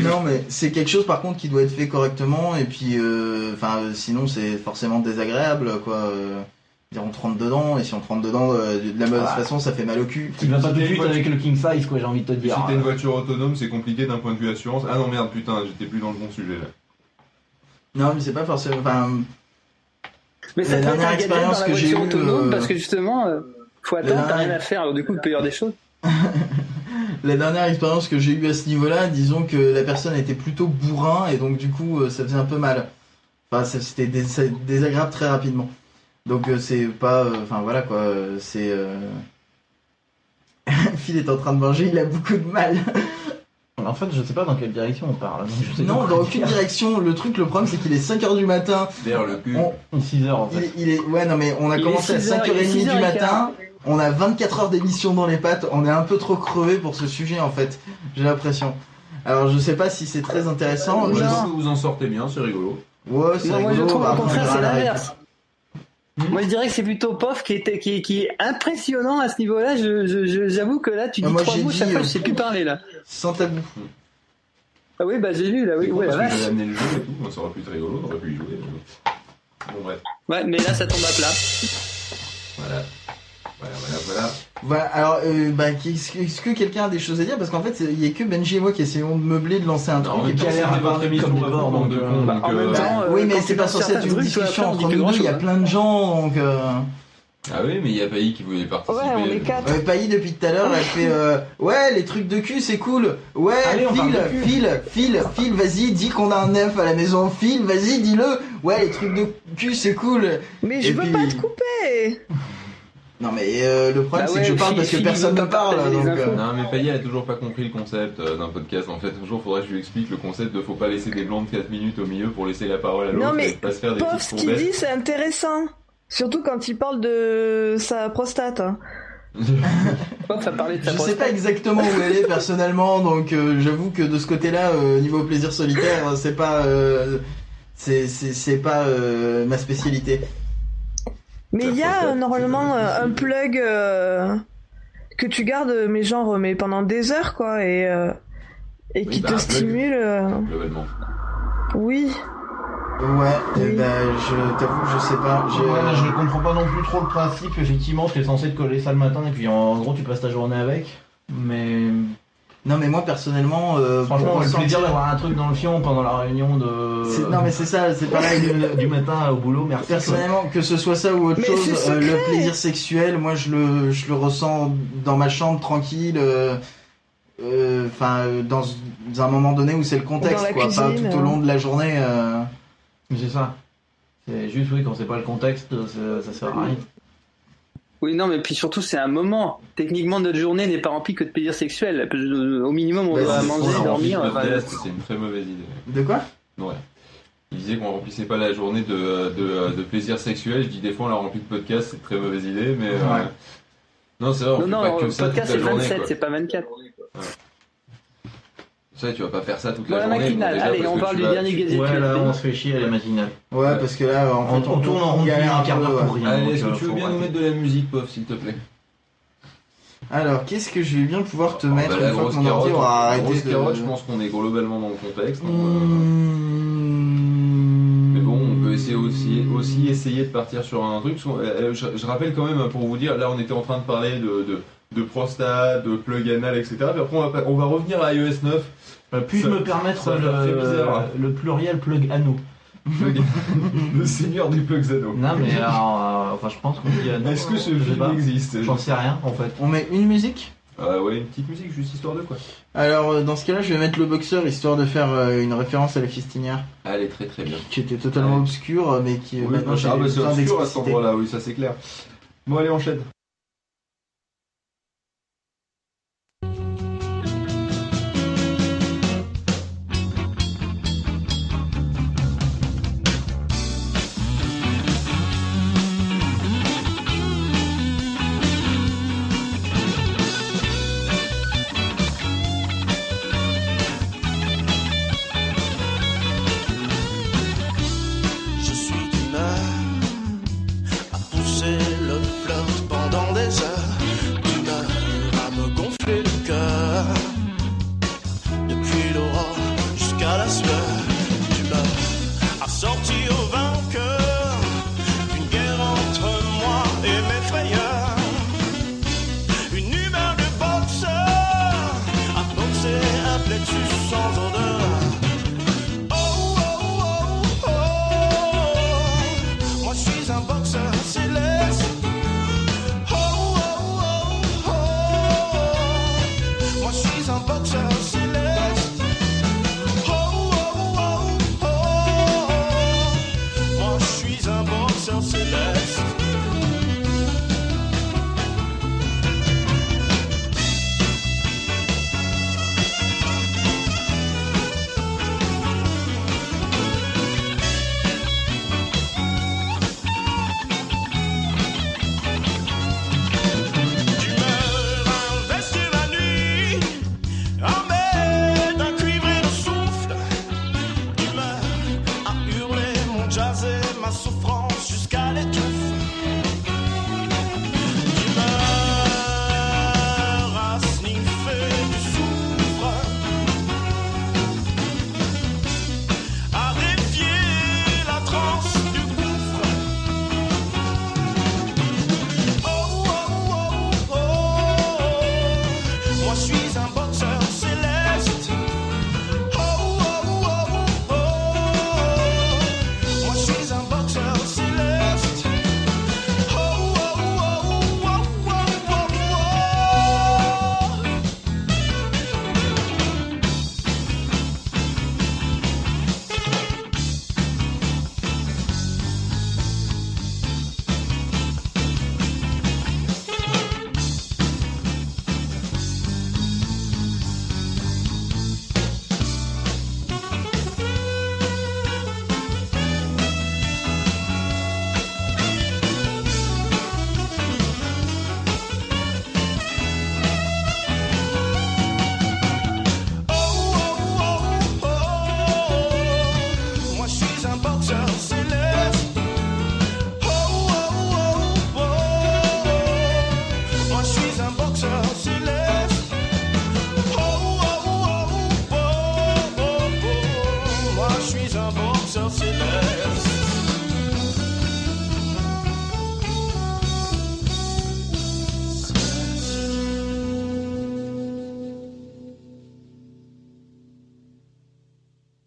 Speaker 2: Non, mais c'est quelque chose par contre qui doit être fait correctement et puis, euh, enfin, euh, sinon c'est forcément désagréable, quoi. euh, je veux dire, on te rentre dedans et si on te rentre dedans euh, de la mauvaise
Speaker 1: Ah.
Speaker 2: façon, ça fait mal au cul.
Speaker 1: Qui va pas
Speaker 3: Si
Speaker 1: tout de
Speaker 3: t'es
Speaker 1: suite
Speaker 3: une
Speaker 1: avec le king size, quoi, j'ai envie de te
Speaker 3: Si
Speaker 1: dire.
Speaker 3: t'es une voiture autonome, c'est compliqué d'un point de vue assurance. Ah non, merde, putain, j'étais plus dans le bon sujet là.
Speaker 2: Non, mais c'est pas forcément. Enfin,
Speaker 4: Mais
Speaker 2: La
Speaker 4: ça peut être
Speaker 2: dernière
Speaker 4: un gadget dans
Speaker 2: expérience
Speaker 4: la
Speaker 2: que j'ai
Speaker 4: voiture
Speaker 2: eue,
Speaker 4: autonome
Speaker 2: euh,
Speaker 4: parce que justement, euh, faut attendre, t'as
Speaker 2: dernière-
Speaker 4: rien à faire. Alors du coup, il peut y avoir des choses.
Speaker 2: La dernière expérience que j'ai eue à ce niveau-là, disons que la personne était plutôt bourrin et donc du coup euh, ça faisait un peu mal. Enfin, ça- c'était dés- ça- désagréable très rapidement. Donc euh, c'est pas, euh, enfin voilà quoi, euh, c'est. euh, Phil est en train de manger, il a beaucoup de mal.
Speaker 1: En fait, je sais pas dans quelle direction on parle. donc je sais
Speaker 2: Non,
Speaker 1: pas
Speaker 2: dans
Speaker 1: quoi
Speaker 2: aucune
Speaker 1: dire.
Speaker 2: direction. Le truc, le problème, c'est qu'il est 5h du matin.
Speaker 3: Vers le cul.
Speaker 2: On-
Speaker 1: 6 heures en
Speaker 2: il,
Speaker 1: fait.
Speaker 2: est- il est, ouais, non mais on a
Speaker 4: Il est
Speaker 2: commencé à
Speaker 4: 6 heures, il est
Speaker 2: 5h30
Speaker 4: 6 heures
Speaker 2: du
Speaker 4: et
Speaker 2: matin.
Speaker 4: quart.
Speaker 2: On a 24 heures d'émission dans les pattes, on est un peu trop crevé pour ce sujet en fait, j'ai l'impression. Alors je sais pas si c'est très intéressant.
Speaker 3: Moi,
Speaker 2: je-
Speaker 3: je trouve que vous en sortez bien, c'est rigolo.
Speaker 2: Ouais, c'est
Speaker 4: Euh, Non, moi, je
Speaker 2: rigolo,
Speaker 4: trouve
Speaker 2: bah,
Speaker 4: au
Speaker 2: après, on
Speaker 4: contraire,
Speaker 2: verra
Speaker 4: c'est
Speaker 2: la
Speaker 4: l'inverse.
Speaker 1: Hmm.
Speaker 4: Moi, je dirais que c'est plutôt POF qui est, qui, est- qui est impressionnant à ce niveau-là. J'avoue je, je, j'avoue que là, tu dis
Speaker 2: Ah, moi,
Speaker 4: trois
Speaker 2: j'ai
Speaker 4: mots,
Speaker 2: dit,
Speaker 4: chaque fois,
Speaker 2: euh,
Speaker 4: je sais plus parler là.
Speaker 2: réponse. Sans tabou.
Speaker 4: Ah oui, bah j'ai lu là,
Speaker 3: C'est
Speaker 4: oui,
Speaker 3: con
Speaker 4: ouais, la
Speaker 3: parce que
Speaker 4: vache.
Speaker 3: j'avais amené le jeu et tout, ça aurait pu être rigolo, on aurait pu y jouer. mais- Bon, bref,
Speaker 4: Ouais, mais là, ça tombe à plat.
Speaker 3: voilà. Voilà, voilà, voilà.
Speaker 2: Voilà, alors, euh, bah, est-ce que, est-ce que quelqu'un a des choses à dire Parce qu'en fait, il y a que Benji et moi qui essayons de meubler, de lancer un
Speaker 3: Non, en
Speaker 2: truc.
Speaker 3: même
Speaker 2: et
Speaker 3: temps,
Speaker 2: puis-
Speaker 1: galère à
Speaker 3: c'était votre
Speaker 1: parler
Speaker 3: émission
Speaker 1: comme des
Speaker 3: avant,
Speaker 1: cons,
Speaker 3: donc,
Speaker 1: donc,
Speaker 3: euh,
Speaker 1: euh,
Speaker 3: donc,
Speaker 4: en
Speaker 3: euh,
Speaker 4: même temps,
Speaker 2: Bah,
Speaker 4: euh,
Speaker 2: oui, mais
Speaker 4: quand
Speaker 2: c'est
Speaker 4: tu
Speaker 2: pas
Speaker 4: lances
Speaker 2: censé être
Speaker 4: certains
Speaker 2: une
Speaker 4: trucs, toi,
Speaker 2: discussion
Speaker 4: après, on dit
Speaker 2: entre
Speaker 4: plus
Speaker 2: nous, il y a
Speaker 4: grand-chose.
Speaker 2: plein de gens, donc... Euh...
Speaker 3: Ah oui, mais il y a Pailly qui voulait participer.
Speaker 5: Ouais, on est quatre.
Speaker 2: Euh, Pailly, depuis tout à l'heure, elle fait euh, Ouais, les trucs de cul, c'est cool. Ouais,
Speaker 1: Allez, on parle de
Speaker 2: file,
Speaker 1: cul.
Speaker 2: file, file, file, vas-y, dis qu'on a un œuf à la maison, file, vas-y, dis-le. Ouais, les trucs de cul, c'est cool.
Speaker 5: Mais je
Speaker 2: Et
Speaker 5: veux
Speaker 2: puis-
Speaker 5: pas te couper
Speaker 2: Non, mais euh, le problème,
Speaker 4: Bah
Speaker 2: c'est
Speaker 4: ouais,
Speaker 2: que je parle
Speaker 4: file,
Speaker 2: parce que
Speaker 4: file,
Speaker 2: personne
Speaker 4: il
Speaker 2: ne
Speaker 4: veut pas
Speaker 2: parle.
Speaker 4: partager
Speaker 2: Donc,
Speaker 4: les
Speaker 2: euh,
Speaker 4: infos.
Speaker 3: Non, mais Payet a toujours pas compris le concept euh, d'un podcast. En fait, un jour, faudrait que je lui explique le concept de faut pas laisser des blancs de 4 minutes au milieu pour laisser la parole à
Speaker 5: Non,
Speaker 3: l'autre
Speaker 5: mais
Speaker 3: et pas se faire des
Speaker 5: Pof,
Speaker 3: petites
Speaker 5: ce qu'il
Speaker 3: courbettes.
Speaker 5: dit, c'est intéressant. Surtout quand il parle de sa prostate. hein.
Speaker 4: POF a parlé de
Speaker 2: Je
Speaker 4: sa
Speaker 2: sais pas
Speaker 4: prostate.
Speaker 2: exactement où elle est personnellement, donc euh, j'avoue que de ce côté-là, euh, niveau plaisir solitaire, c'est pas, euh, c'est c'est c'est pas euh, ma spécialité.
Speaker 5: Mais
Speaker 3: La
Speaker 5: il y a
Speaker 3: prostate,
Speaker 5: euh,
Speaker 3: c'est
Speaker 5: normalement
Speaker 3: pas
Speaker 5: euh, un
Speaker 3: possible.
Speaker 5: plug euh, que tu gardes, mais genre, euh, mais pendant des heures, quoi, et, euh, et
Speaker 3: Oui,
Speaker 5: qui
Speaker 3: bah,
Speaker 5: te
Speaker 3: un plug.
Speaker 5: stimule. euh,
Speaker 3: Globalement.
Speaker 5: Oui.
Speaker 2: Ouais,
Speaker 5: Oui.
Speaker 2: eh ben, je t'avoue, je sais pas. euh, Je...
Speaker 1: Ouais, je comprends pas non plus trop le principe. Effectivement, t'es censé te coller ça le matin et puis en gros, tu passes ta journée avec. Mais
Speaker 2: Non mais moi personnellement, euh,
Speaker 1: franchement,
Speaker 2: pour
Speaker 1: le plaisir
Speaker 2: ressentir-
Speaker 1: d'avoir un truc dans le fion pendant la réunion de.
Speaker 2: C'est- Non mais c'est ça, c'est pareil.
Speaker 1: du, du matin au boulot, merci. quoi.
Speaker 2: Personnellement, que ce soit ça ou autre
Speaker 5: Mais
Speaker 2: chose,
Speaker 5: c'est
Speaker 2: euh, le plaisir sexuel, moi je le, je le ressens dans ma chambre tranquille, euh, euh, enfin euh, dans un moment donné où c'est le
Speaker 5: Dans
Speaker 2: contexte,
Speaker 5: la
Speaker 2: quoi, pas
Speaker 5: cuisine,
Speaker 2: tout au
Speaker 5: euh.
Speaker 2: long de la journée. euh.
Speaker 1: Mais C'est ça. C'est juste, oui, quand c'est pas le contexte, ça, ça sert à rien.
Speaker 4: Oui, non, mais puis surtout, c'est un moment. Techniquement, notre journée n'est pas remplie que de plaisir sexuel. Euh, Au minimum, on
Speaker 2: Bah,
Speaker 4: doit
Speaker 2: c'est- on
Speaker 4: manger,
Speaker 2: a envie
Speaker 4: dormir.
Speaker 3: Le
Speaker 4: enfin,
Speaker 3: test, c'est une très mauvaise idée.
Speaker 2: De quoi
Speaker 3: Il disait qu'on remplissait pas la journée de, euh, de, euh, de plaisir sexuel. Je dis des fois on la remplit de podcast, c'est une très mauvaise idée, mais. euh,
Speaker 2: Ouais.
Speaker 3: Non, c'est vrai, on
Speaker 4: Non,
Speaker 3: fait
Speaker 4: non,
Speaker 3: pas que
Speaker 4: le
Speaker 3: ça
Speaker 4: podcast,
Speaker 3: toute
Speaker 4: c'est
Speaker 3: la journée.
Speaker 4: 27,
Speaker 3: quoi.
Speaker 4: c'est pas 24.
Speaker 3: Ça, tu vas pas faire ça toute la
Speaker 4: Voilà,
Speaker 3: journée.
Speaker 4: matinale.
Speaker 3: déjà,
Speaker 4: Allez,
Speaker 3: parce
Speaker 4: on
Speaker 3: que
Speaker 4: parle
Speaker 3: tu
Speaker 4: du
Speaker 3: vas-
Speaker 4: dernier gadget.
Speaker 1: Ouais, là, on
Speaker 4: USB.
Speaker 1: se fait chier à la matinale.
Speaker 2: Ouais, parce que là, en
Speaker 1: On,
Speaker 2: fait,
Speaker 1: on tourne en rond depuis
Speaker 2: galère
Speaker 1: un
Speaker 2: peu,
Speaker 1: quart d'heure
Speaker 2: ouais.
Speaker 1: pour rien.
Speaker 3: Allez,
Speaker 1: donc,
Speaker 3: est-ce
Speaker 1: euh,
Speaker 3: que tu veux
Speaker 1: faut
Speaker 3: bien nous
Speaker 1: arrêter.
Speaker 3: mettre de la musique, pof, s'il te plaît
Speaker 2: Alors, qu'est-ce que je vais bien pouvoir te
Speaker 3: Ah,
Speaker 2: mettre
Speaker 3: bah,
Speaker 2: une
Speaker 3: la
Speaker 2: fois que
Speaker 3: grosse
Speaker 2: mon ordi
Speaker 3: carotte,
Speaker 2: aura
Speaker 3: la
Speaker 2: arrêté
Speaker 3: grosse
Speaker 2: de... Hmm.
Speaker 3: carotte, je pense qu'on est globalement dans le contexte. donc, euh,
Speaker 2: Mmh.
Speaker 3: Mais bon, on peut essayer aussi, aussi essayer de partir sur un truc. parce qu'on- euh, Je, je rappelle quand même, hein, pour vous dire, là on était en train de parler de, de, de prostate, de plug anal, etc. Puis après on va, on va revenir à iOS 9.
Speaker 1: Euh, Puis-je
Speaker 3: Ça-
Speaker 1: me permettre
Speaker 3: ça fait bizarre.
Speaker 1: le, le pluriel plug anneau
Speaker 3: Plug- le seigneur des plugs anneaux.
Speaker 1: Non, mais alors, euh, enfin, je pense qu'on dit anneau.
Speaker 3: Est-ce que ce
Speaker 1: je sais
Speaker 3: film
Speaker 1: pas.
Speaker 3: existe
Speaker 1: J'en sais rien en fait.
Speaker 2: On met une musique
Speaker 3: Ah ouais, une petite musique, juste histoire de quoi.
Speaker 2: Alors, euh, dans ce cas-là, je vais mettre le boxeur, histoire de faire euh, une référence à la fistinière,
Speaker 3: Allez, très très bien.
Speaker 2: qui était totalement
Speaker 3: Ouais.
Speaker 2: obscure, mais qui euh,
Speaker 3: Oui,
Speaker 2: maintenant
Speaker 3: ah,
Speaker 2: j'ai
Speaker 3: bah, c'est
Speaker 2: besoin
Speaker 3: obscur à cet
Speaker 2: d'expliciter.
Speaker 3: endroit-là, oui, ça c'est clair. Bon, allez, enchaîne.